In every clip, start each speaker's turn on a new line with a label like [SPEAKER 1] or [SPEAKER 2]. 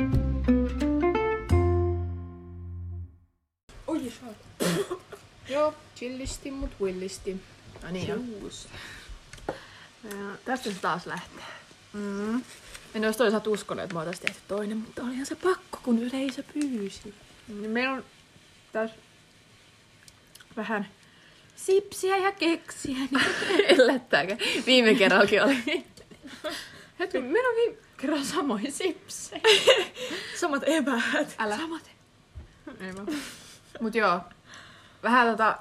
[SPEAKER 1] Joo, chillisti, mut willisti. No niin on.
[SPEAKER 2] Juus. Ja tästä se taas lähtee.
[SPEAKER 1] Mm.
[SPEAKER 2] En olisi toisaalta uskonut, että mä oltaisiin tehty toinen, mutta olihan se pakko, kun yleisö pyysi.
[SPEAKER 1] Niin Meillä on taas vähän sipsiä ja keksiä. Niin
[SPEAKER 2] Ellettääkö? Viime kerrallakin oli. Hetki, meillä on viime kerralla samoin sipsejä. Samat eväät.
[SPEAKER 1] Älä.
[SPEAKER 2] Samat.
[SPEAKER 1] Ei vaan. Mut joo, vähän tota...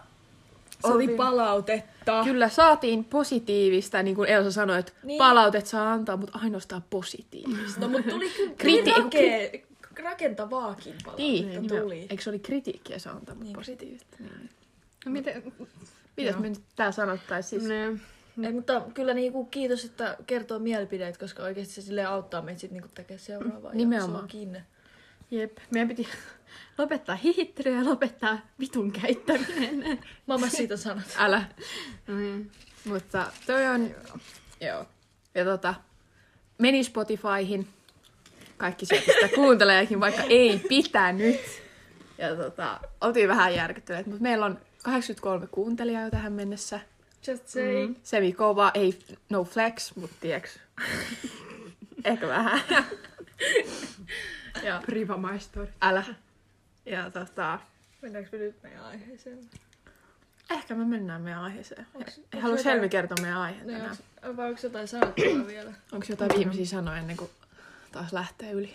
[SPEAKER 1] oltiin-
[SPEAKER 2] palautetta. Kyllä saatiin positiivista, niin kuin Elsa sanoi, että
[SPEAKER 3] Niin.
[SPEAKER 2] niin. palautet saa antaa, mutta ainoastaan positiivista.
[SPEAKER 3] No mut tuli kyllä
[SPEAKER 2] Kriti-
[SPEAKER 3] rake- rakentavaakin palautetta
[SPEAKER 2] Niin,
[SPEAKER 3] tuli.
[SPEAKER 2] tuli. Eikö se oli kritiikkiä saa antaa, mutta
[SPEAKER 3] Niin,
[SPEAKER 2] positiivista? Niin. No miten, mitäs me nyt tää sanottaisiin siis?
[SPEAKER 1] Ne.
[SPEAKER 3] Ei, mutta kyllä niinku kiitos, että kertoo mielipideet, koska oikeasti se sille auttaa meitä sitten niinku tekee seuraavaa
[SPEAKER 2] Nimenomaan.
[SPEAKER 3] kiinni.
[SPEAKER 2] Jep, meidän piti lopettaa hihittely ja lopettaa vitun käyttäminen.
[SPEAKER 3] Mamma siitä sanat.
[SPEAKER 2] Älä.
[SPEAKER 1] Mm.
[SPEAKER 2] No niin. Mutta toi on... Joo. Ja tota, meni Spotifyhin. Kaikki sieltä sitä kuunteleekin, vaikka ei pitänyt. Ja tota, oltiin vähän järkyttyneet, mutta meillä on 83 kuuntelijaa jo tähän mennessä.
[SPEAKER 3] Just say. Mm.
[SPEAKER 2] Semi kova, ei no flex, mutta tieks. Ehkä vähän. Joo,
[SPEAKER 1] Priva maistori.
[SPEAKER 2] älä. Ja tota,
[SPEAKER 3] Mennäänkö me nyt meidän aiheeseen?
[SPEAKER 2] Ehkä me mennään meidän aiheeseen.
[SPEAKER 3] Onks- onks
[SPEAKER 2] Haluaisi
[SPEAKER 3] jotain-
[SPEAKER 2] Helmi kertoa meidän aiheen
[SPEAKER 3] No,
[SPEAKER 2] tänään.
[SPEAKER 3] onko, vai onko jotain sanottavaa vielä?
[SPEAKER 2] Onko jotain viimeisiä sanoja ennen kuin taas lähtee yli?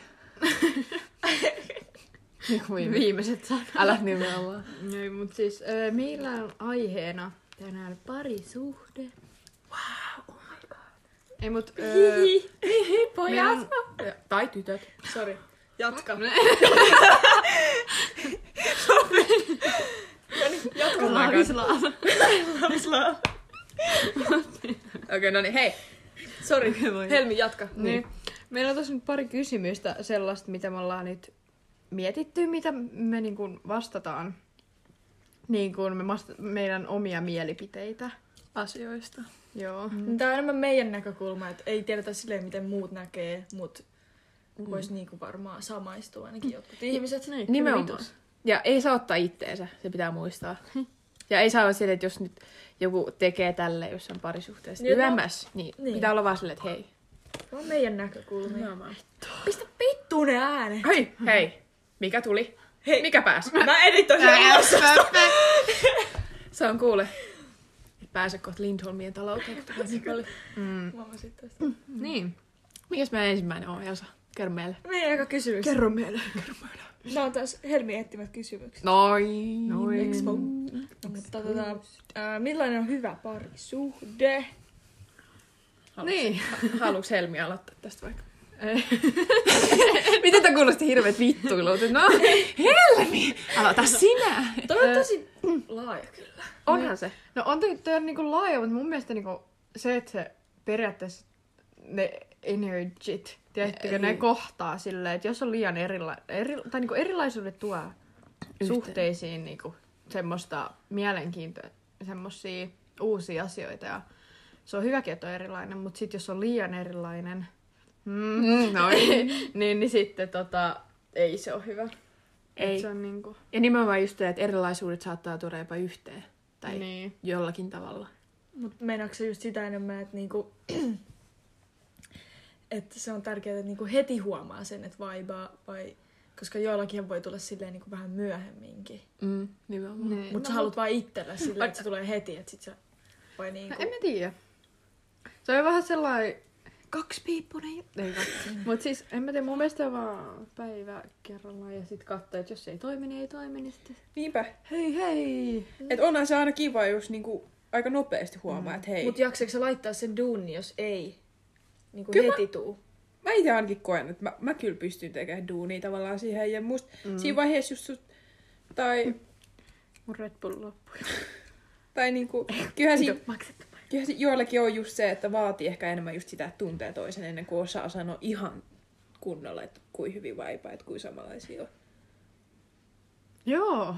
[SPEAKER 2] niin kuin viime.
[SPEAKER 1] Viimeiset sanat.
[SPEAKER 2] Älä nimenomaan.
[SPEAKER 1] Ei, mut siis ö, meillä on aiheena tänään parisuhde. Wow, oh my oh god. Ei mut... Öö, meillä on- Tai tytöt.
[SPEAKER 3] Sori. Jatka.
[SPEAKER 2] Jatka
[SPEAKER 1] Oh
[SPEAKER 2] Okei, okay, no niin, hei.
[SPEAKER 3] Sori. Helmi, jatka.
[SPEAKER 1] Niin. Meillä on tässä nyt pari kysymystä sellaista, mitä me ollaan nyt mietitty, mitä me niin kuin vastataan. Niin kuin me vasta- meidän omia mielipiteitä.
[SPEAKER 2] Asioista.
[SPEAKER 1] Joo.
[SPEAKER 3] Tämä on enemmän meidän näkökulma, että ei tiedetä silleen, miten muut näkee, mutta mm. voisi niinku varmaan samaistua ainakin jotkut ihmiset. Niin.
[SPEAKER 2] Nimenomaan. Ja ei saa ottaa itteensä, se pitää muistaa. Ja ei saa olla silleen, että jos nyt joku tekee tälle jossain parisuhteessa
[SPEAKER 3] Niin, että-
[SPEAKER 2] YMS, niin,
[SPEAKER 3] Niin.
[SPEAKER 2] niin pitää olla vaan silleen, että hei.
[SPEAKER 3] On meidän näkökulmia. No.
[SPEAKER 2] Nimenomaan.
[SPEAKER 3] Pistä pittu ne äänet!
[SPEAKER 2] Hei, hei. Mikä tuli?
[SPEAKER 3] Hei.
[SPEAKER 2] Mikä pääsi?
[SPEAKER 3] Mä editoin sen ulos!
[SPEAKER 2] Se on kuule. Et pääse kohta Lindholmien talouteen. kun tulee mikä oli.
[SPEAKER 1] Mm.
[SPEAKER 3] Mamma sit tästä.
[SPEAKER 1] Niin.
[SPEAKER 2] Mikäs meidän ensimmäinen on, Elsa? Kerro meille.
[SPEAKER 3] Meidän eka kysymys.
[SPEAKER 2] Kerro meille.
[SPEAKER 3] Nämä on taas Helmi etsimät kysymykset.
[SPEAKER 2] Noin.
[SPEAKER 1] Noin.
[SPEAKER 3] Expo. Mutta tota, ää, millainen on hyvä parisuhde?
[SPEAKER 2] Niin. Haluuks Helmi aloittaa tästä vaikka? Miten tämä kuulosti hirveet vittuilut? No, Helmi! Aloita sinä!
[SPEAKER 3] Toi on tosi laaja kyllä.
[SPEAKER 2] Onhan se.
[SPEAKER 1] No on toi, toi on niinku laaja, mutta mun mielestä niinku se, että se periaatteessa ne energit, tiedättekö, ne
[SPEAKER 2] Niin.
[SPEAKER 1] kohtaa silleen, että jos on liian erila- eri, tai niinku erilaisuudet tuo
[SPEAKER 2] Yhteen.
[SPEAKER 1] suhteisiin niinku semmoista mielenkiintoa, semmoisia uusia asioita ja se on hyväkin, että on erilainen, mutta sitten jos on liian erilainen, mm,
[SPEAKER 2] Mm, noin.
[SPEAKER 1] niin, niin sitten tota, ei se ole hyvä. Et
[SPEAKER 2] Ei.
[SPEAKER 1] Se on niinku,
[SPEAKER 2] Ja nimenomaan just se, että erilaisuudet saattaa tuoda jopa yhteen. Tai niin.
[SPEAKER 1] niin.
[SPEAKER 2] jollakin tavalla.
[SPEAKER 3] Mutta meinaatko se just sitä enemmän, että niinku, että se on tärkeää, että niinku heti huomaa sen, että vaibaa vai... Koska joillakin voi tulla silleen niinku vähän myöhemminkin.
[SPEAKER 2] Mm, nimenomaan.
[SPEAKER 1] niin.
[SPEAKER 3] Mutta no, sä haluat vaan itsellä silleen, että se tulee heti, että sit sä... Vai
[SPEAKER 1] No,
[SPEAKER 3] niinku...
[SPEAKER 1] en mä tiedä. Se on vähän sellainen... Kaksipiippunen. Ei Mut siis, en mä tiedä, mun mielestä vaan päivä kerrallaan ja sit katsoa, että jos se ei toimi, niin ei toimi, niin sitten
[SPEAKER 4] Niinpä.
[SPEAKER 1] hei hei.
[SPEAKER 4] Et onhan se aina kiva, jos niinku aika nopeasti huomaa, mm. että hei.
[SPEAKER 3] Mut jaksatko sä laittaa sen duuni, jos ei niinku
[SPEAKER 4] Kyllä mä-
[SPEAKER 3] heti tuu?
[SPEAKER 4] Mä itse ainakin koen, että mä, mä kyllä pystyn tekemään duunia tavallaan siihen. Ja musta mm. siinä vaiheessa just sut, tai,
[SPEAKER 1] Mun Red Bull loppui. Niin
[SPEAKER 4] tai niinku,
[SPEAKER 2] Niin
[SPEAKER 4] kyllähän siinä,
[SPEAKER 1] Maksettu.
[SPEAKER 4] kyllähän siinä joillakin on just se, että vaatii ehkä enemmän just sitä, että tuntee toisen ennen kuin osaa sanoa ihan kunnolla, että kuin hyvin vaipaa, että kuin samanlaisia on.
[SPEAKER 1] Joo.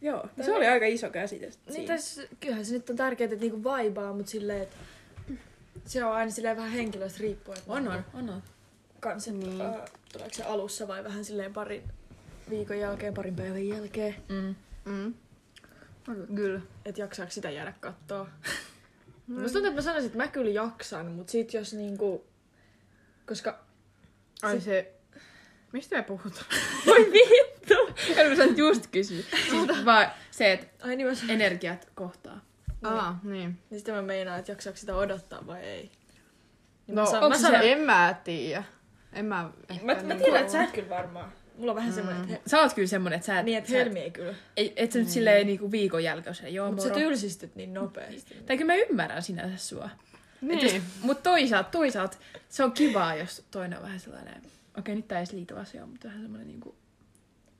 [SPEAKER 4] Joo, no se oli aika iso käsite.
[SPEAKER 3] Niin
[SPEAKER 4] siinä.
[SPEAKER 3] tässä, kyllähän se nyt on tärkeää, että niinku vaibaa, mut silleen, että se on aina silleen vähän henkilöstä riippuen. että
[SPEAKER 4] on, on, on.
[SPEAKER 3] Kans, että niin. äh, tuleeko se alussa vai vähän silleen parin viikon jälkeen, parin päivän jälkeen.
[SPEAKER 1] Mm.
[SPEAKER 5] Kyllä.
[SPEAKER 3] Että jaksaako sitä jäädä kattoo. Mm. Musta tuntuu, että mä sanoisin, että mä kyllä jaksan, mutta sit jos niinku... Koska...
[SPEAKER 1] Ai se... Mistä me puhutaan?
[SPEAKER 2] Voi vittu! En mä saanut just kysyä. Siis vaan se, että
[SPEAKER 3] Ai niin mä sanoin.
[SPEAKER 2] energiat kohtaa.
[SPEAKER 1] Aa, niin.
[SPEAKER 3] Niin sitten mä meinaan, että jaksaako sitä odottaa vai ei. Niin
[SPEAKER 1] No,
[SPEAKER 3] mä, sanon,
[SPEAKER 1] onko
[SPEAKER 3] mä,
[SPEAKER 1] se,
[SPEAKER 3] sanon,
[SPEAKER 1] en mä tiedä. En mä ehkä
[SPEAKER 3] mä, mä
[SPEAKER 1] niinku-
[SPEAKER 3] tiedän, että sä et kyllä varmaan. Mulla on vähän mm. semmoinen, että he,
[SPEAKER 2] Sä oot kyllä semmonen, että sä et,
[SPEAKER 3] niin, että
[SPEAKER 2] sä et,
[SPEAKER 3] Helmi ei kyllä.
[SPEAKER 2] et, et
[SPEAKER 4] Niin.
[SPEAKER 2] sä nyt silleen niinku viikon jälkeen, joo
[SPEAKER 3] Mutta
[SPEAKER 2] moro.
[SPEAKER 3] sä tylsistyt niin nopeasti.
[SPEAKER 2] Tai kyllä mä ymmärrän sinänsä sua.
[SPEAKER 1] Niin.
[SPEAKER 2] Mutta toisaalta, toisaalta se on kivaa, jos toinen on vähän sellainen, okei nyt tää ei edes liity asiaan, mutta vähän semmoinen niinku...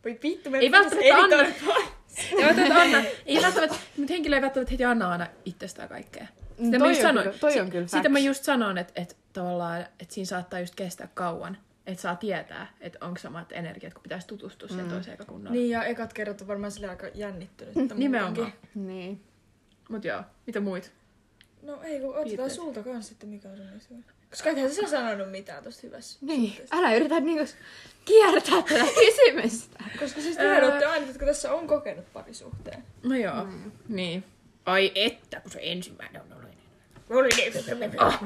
[SPEAKER 3] Voi vittu, me
[SPEAKER 2] Ei välttämättä anna, ei välttämättä anna, ei välttämättä, mutta henkilö ei välttämättä heti anna aina itsestään kaikkea. Sitä mä
[SPEAKER 1] Mm, toi
[SPEAKER 2] just
[SPEAKER 1] on
[SPEAKER 2] sanoin.
[SPEAKER 1] kyllä- toi on
[SPEAKER 2] Si-
[SPEAKER 1] kyllä
[SPEAKER 2] Sitä mä
[SPEAKER 1] facts.
[SPEAKER 2] just sanon, että et tavallaan, että siinä saattaa just kestää kauan, että saa tietää, että onko samat energiat, kun pitäisi tutustua siihen toiseen kunnolla.
[SPEAKER 3] Niin ja ekat kerrat on varmaan sille aika jännittynyt.
[SPEAKER 2] Nimenomaan.
[SPEAKER 1] Niin.
[SPEAKER 2] Mut joo, mitä muut?
[SPEAKER 3] No ei, kun otetaan
[SPEAKER 2] Piirteet.
[SPEAKER 3] sulta kanssa sitten, mikä on sun mielestä hyvä. Koska ethän sä sanonut mitään tosta hyvässä.
[SPEAKER 1] Niin. Älä yritä niinku kiertää tätä kysymystä.
[SPEAKER 3] Koska siis tehän olette aina, jotka tässä on kokenut parisuhteen.
[SPEAKER 2] No joo, mm. niin. Ai että, kun se ensimmäinen on ollut
[SPEAKER 3] niin- Ah,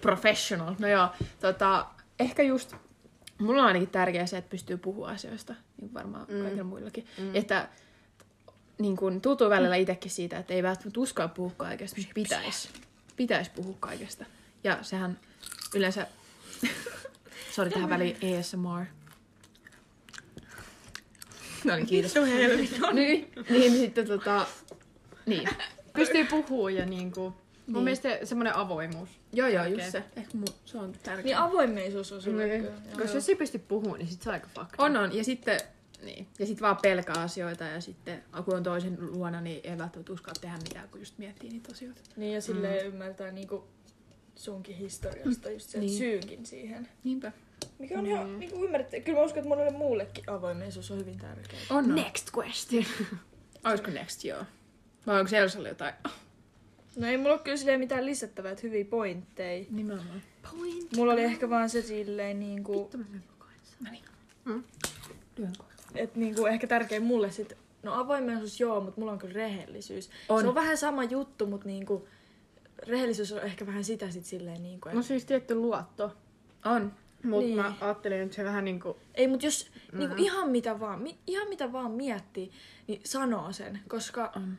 [SPEAKER 2] professional. No joo, tota, ehkä just, mulla on ainakin tärkeää se, että pystyy puhua asioista, niin kuin varmaan mm. kaikilla muillakin. Mm. Että niin kun tuntuu välillä itsekin siitä, että ei välttämättä uskalla puhua kaikesta, mutta pitäisi. Pitäisi puhua kaikesta. Ja sehän yleensä, sori tähän väliin ASMR. No niin, kiitos.
[SPEAKER 1] No
[SPEAKER 2] Niin, niin sitten tota, niin.
[SPEAKER 1] Pystyy puhua ja niinku... Mun niin. mielestä semmoinen avoimuus.
[SPEAKER 2] Joo, joo,
[SPEAKER 1] Tärkeä.
[SPEAKER 2] just se. Ehkä mu- se on tärkeä.
[SPEAKER 3] Niin avoimmeisuus on sulle
[SPEAKER 1] Niin.
[SPEAKER 3] kyllä.
[SPEAKER 1] Koska jos ei pysty puhumaan, niin sit se on aika fakta.
[SPEAKER 2] On, on. Ja sitten, niin. ja sitten vaan pelkää asioita ja sitten kun on toisen luona, niin ei välttämättä uskalla tehdä mitään, kun just miettii niitä asioita.
[SPEAKER 3] Niin ja silleen mm. ymmärtää niinku sunkin historiasta just sen niin. syynkin siihen.
[SPEAKER 2] Niinpä.
[SPEAKER 3] Mikä on mm. ihan niinku ymmärrettä. Kyllä mä uskon, että monelle muullekin avoimmeisuus on hyvin tärkeää.
[SPEAKER 2] On, on.
[SPEAKER 1] Next question.
[SPEAKER 2] Olisiko next, joo. Vai onko Elsalle jotain?
[SPEAKER 3] No ei mulla ole kyllä silleen mitään lisättävää, että hyviä pointteja.
[SPEAKER 2] Nimenomaan.
[SPEAKER 1] Point.
[SPEAKER 3] Mulla oli ehkä vaan se silleen niinku...
[SPEAKER 2] No niin.
[SPEAKER 1] Mm.
[SPEAKER 2] Lyön
[SPEAKER 3] Et niinku ehkä tärkein mulle sit, no avoimuus joo, mutta mulla on kyllä rehellisyys. On. Se on vähän sama juttu, mutta niinku, rehellisyys on ehkä vähän sitä sit silleen niinku,
[SPEAKER 1] No
[SPEAKER 3] et,
[SPEAKER 1] siis tietty luotto.
[SPEAKER 2] On.
[SPEAKER 1] Mut
[SPEAKER 3] Niin.
[SPEAKER 1] niin. mä ajattelin, että se vähän niinku...
[SPEAKER 3] ei mut jos niinku
[SPEAKER 2] Mm-hmm.
[SPEAKER 3] ihan mitä vaan, mi, ihan mitä vaan miettii, niin sanoo sen, koska,
[SPEAKER 2] On.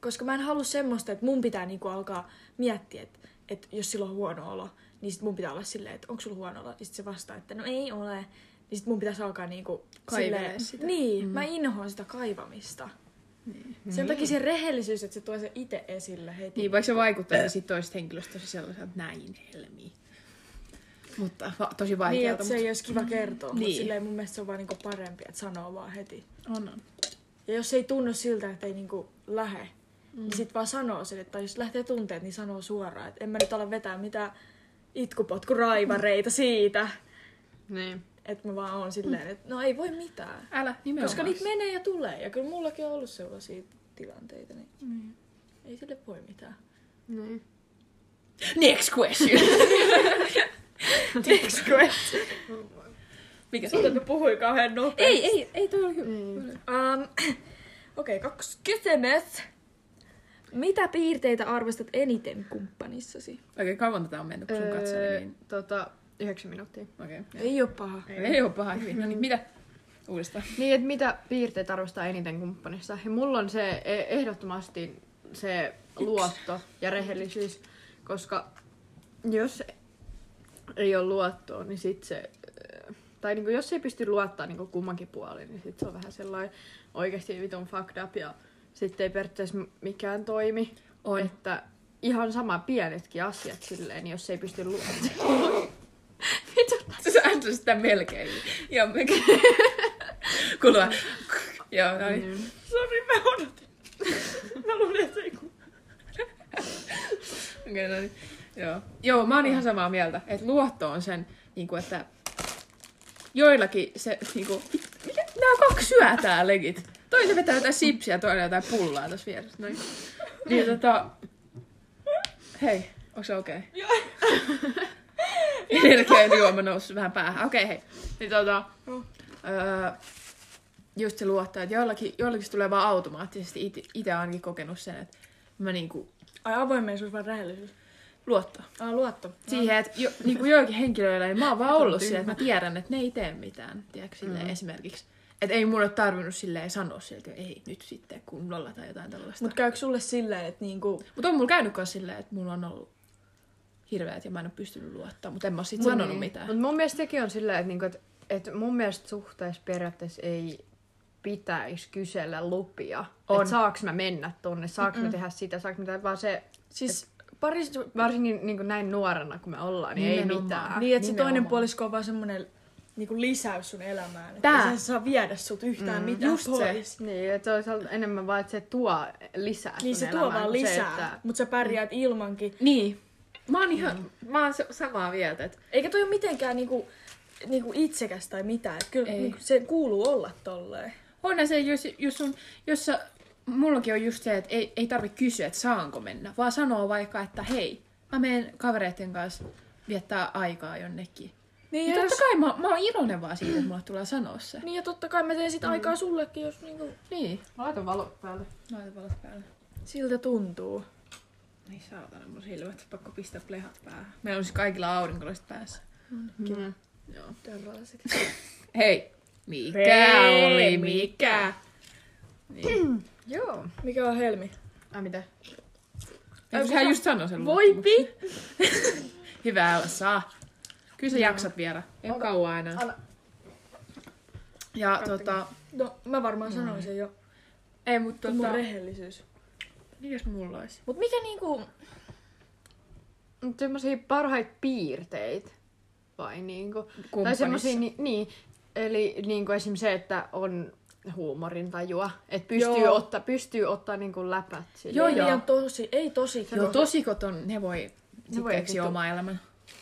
[SPEAKER 3] koska mä en halua semmoista, että mun pitää niinku alkaa miettiä, että et jos sillä on huono olo, niin sit mun pitää olla silleen, että onko sulla huono olo, niin sit se vastaa, että no ei ole, niin sit mun pitäisi alkaa niinku
[SPEAKER 2] Kaivelee
[SPEAKER 3] silleen-
[SPEAKER 2] sitä.
[SPEAKER 3] Niin, mm. mä inhoan sitä kaivamista. Sen takia se rehellisyys, että se tuo se itse esille heti.
[SPEAKER 2] Niin, vaikka se vaikuttaa sit toisesta henkilöstä tosi sellaiselta näin helmiä. Mutta va- tosi
[SPEAKER 3] niin
[SPEAKER 2] vaikealta.
[SPEAKER 3] että se ei olisi kiva kertoa, niin.
[SPEAKER 2] Niin.
[SPEAKER 3] mutta silleen mun mielestä se on vaan niinku parempi, että sanoo vaan heti.
[SPEAKER 2] mutta... On, on.
[SPEAKER 3] Ja jos ei tunnu siltä, että ei niinku lähe, mm. niin sit vaan sanoo sen, että tai jos lähtee tunteet, niin sanoo suoraan, että en mä nyt ala vetää mitään itkupotkuraivareita siitä,
[SPEAKER 1] Niin.
[SPEAKER 3] että mä vaan oon silleen, että no ei voi mitään.
[SPEAKER 2] Älä, nimenomaan.
[SPEAKER 3] Koska niitä menee ja tulee, ja kyllä mullakin on ollut sellaisia tilanteita, niin mm. ei sille voi mitään.
[SPEAKER 1] Niin.
[SPEAKER 2] Next question!
[SPEAKER 3] Tiedätkö, että
[SPEAKER 2] Mikä se
[SPEAKER 3] Tuntuu, että puhuin kauhean nopeasti.
[SPEAKER 2] Ei, ei, ei, toi oli hyvä.
[SPEAKER 1] Niin.
[SPEAKER 3] Um, Okei, okay, kaksi kysymys. Mitä piirteitä arvostat eniten kumppanissasi?
[SPEAKER 2] Okei, kauan tätä on mennyt, kun sun katseli, niin...
[SPEAKER 1] Tota, yhdeksän minuuttia.
[SPEAKER 2] Okei. Okay.
[SPEAKER 3] Ei ole paha.
[SPEAKER 2] Ei ole paha hyvin. No niin, mitä? Uudestaan.
[SPEAKER 1] Niin, että mitä piirteitä arvostaa eniten kumppanissa? Ja mulla on se e- ehdottomasti se luotto ja rehellisyys, koska jos ei ole luottoa, niin sit se... ö, Tai niinku, jos ei pysty luottaa niinku kummankin puolin, niin sit se on vähän sellainen oikeasti vitun fucked up ja sitten ei periaatteessa m- mikään toimi.
[SPEAKER 2] On.
[SPEAKER 1] Että ihan sama pienetkin asiat silleen, niin jos ei pysty luottamaan. Mitä?
[SPEAKER 2] Sä ääntäsit sitä melkein. Ja me... Kuulua. Joo, no niin.
[SPEAKER 3] Sori, mä odotin. mä luulin, että ei kun...
[SPEAKER 2] Okei, no niin. Joo. Joo, mä oon ihan samaa mieltä, että luotto on sen, niin kuin, että joillakin se, niin kuin, mitä, nämä kaksi syö tää legit. Toinen vetää jotain sipsiä, toinen jotain pullaa tuossa vieressä. Noin. Niin, tota... Hei, onko se okei? Okay? Energiajuoma noussut vähän päähän. Okei, okay, hei. Niin tota... Öö, just se luottaa, että joillakin, joillakin se tulee vaan automaattisesti. Itse ainakin kokenut sen, että mä niinku
[SPEAKER 3] Ai avoimeisuus vai rehellisyys?
[SPEAKER 2] luottaa.
[SPEAKER 3] Ai luotto.
[SPEAKER 2] Siihen, että jo, niinku joillakin henkilöillä, niin mä oon vaan ollut silleen, että mä tiedän, että ne ei tee mitään. Tiedätkö, silleen mm. esimerkiksi. Että ei mun ole tarvinnut silleen sanoa siltä, että ei nyt sitten, kun lolla tai jotain tällaista.
[SPEAKER 3] Mut käykö sulle silleen, että niinku...
[SPEAKER 2] Mutta on mulla käynyt myös silleen, että mulla on ollut hirveät ja mä en ole pystynyt luottaa, mutta en mä oo sit sanonut mitään.
[SPEAKER 1] Mutta mun mielestä sekin on sillä, että niinku, et, et mun mielestä suhteessa periaatteessa ei pitäisi kysellä lupia.
[SPEAKER 2] On.
[SPEAKER 1] Että saaks mä mennä tonne, saaks mä tehdä sitä, saaks mä tehdä, vaan se
[SPEAKER 3] Siis
[SPEAKER 1] paris, varsinkin niinku näin nuorena kun me ollaan, niin ei
[SPEAKER 2] Nimenomaan.
[SPEAKER 1] mitään.
[SPEAKER 3] Niin, että se
[SPEAKER 2] nimenomaan.
[SPEAKER 3] toinen puolisko on vaan semmonen niinku lisäys sun elämään. Että
[SPEAKER 2] Tää.
[SPEAKER 3] ei se saa viedä sut yhtään mm, mitään
[SPEAKER 2] just se.
[SPEAKER 3] pois.
[SPEAKER 1] Niin, ja toisaalta enemmän vaan, että se tuo lisää
[SPEAKER 3] Niin
[SPEAKER 1] sun
[SPEAKER 3] se Mm. tuo
[SPEAKER 1] elämään
[SPEAKER 3] vaan
[SPEAKER 1] kuin
[SPEAKER 3] lisää,
[SPEAKER 1] Se, että...
[SPEAKER 3] mutta sä pärjäät ilmankin.
[SPEAKER 2] Niin. Mä oon ihan, mm. mä oon se- samaa mieltä, että
[SPEAKER 3] Eikä toi ole mitenkään niinku, niinku itsekäs tai mitään. Et kyllä
[SPEAKER 2] Ei.
[SPEAKER 3] niinku, se kuuluu olla tolleen.
[SPEAKER 2] onhan se, jos, jos sun, jos sä, mullakin on just se, että ei, ei tarvi kysyä, että saanko mennä, vaan sanoo vaikka, että hei, mä menen kavereiden kanssa viettää aikaa jonnekin.
[SPEAKER 3] Niin,
[SPEAKER 2] Ja totta kai mä, mä oon iloinen vaan siitä, että mulla tulee sanoa se.
[SPEAKER 3] niin ja totta kai mä teen sit mm. aikaa sullekin, jos niinku
[SPEAKER 2] Niin.
[SPEAKER 1] Laita valot päälle.
[SPEAKER 2] Laita valot päälle.
[SPEAKER 3] siltä tuntuu.
[SPEAKER 2] Niin saatana, mun silmät, pakko pistää plehat päähän. Meillä on siis kaikilla aurinkolasit päässä.
[SPEAKER 1] Mm.
[SPEAKER 2] Joo.
[SPEAKER 3] Tervalasit.
[SPEAKER 2] Hei! Mikä
[SPEAKER 3] Hei,
[SPEAKER 2] oli
[SPEAKER 3] mikä?
[SPEAKER 2] mikä? Niin.
[SPEAKER 1] Joo.
[SPEAKER 3] Mikä on helmi?
[SPEAKER 1] Ai mitä?
[SPEAKER 2] Ei, kun
[SPEAKER 3] kun sä-
[SPEAKER 2] hän just sanoi sen
[SPEAKER 3] Voi
[SPEAKER 2] luottamuksen.
[SPEAKER 3] vittu!
[SPEAKER 2] Hyvä, älä saa. Kyllä sä jaksat vielä. Ei ole kauan enää.
[SPEAKER 1] anna.
[SPEAKER 2] Ja tota...
[SPEAKER 3] No mä varmaan sanoin sen jo.
[SPEAKER 2] Ei, mutta
[SPEAKER 3] Tota... Mun rehellisyys.
[SPEAKER 2] Mikäs mulla olisi?
[SPEAKER 3] Mut mikä niinku...
[SPEAKER 1] Mut semmosia parhaita piirteitä. Vai niinku. Tai
[SPEAKER 2] Kumppanissa.
[SPEAKER 1] semmosia, ni, niin. Eli niinku esim. se, että on huumorintajua. Että pystyy,
[SPEAKER 3] Joo.
[SPEAKER 1] otta, pystyy ottaa niinku läpät sille.
[SPEAKER 2] Joo,
[SPEAKER 3] Ei
[SPEAKER 2] joo.
[SPEAKER 3] on tosi, ei tosi.
[SPEAKER 2] Joo, tosikot on, ne voi
[SPEAKER 1] voi
[SPEAKER 2] sitten keksiä
[SPEAKER 1] vittu.
[SPEAKER 2] oma elämän.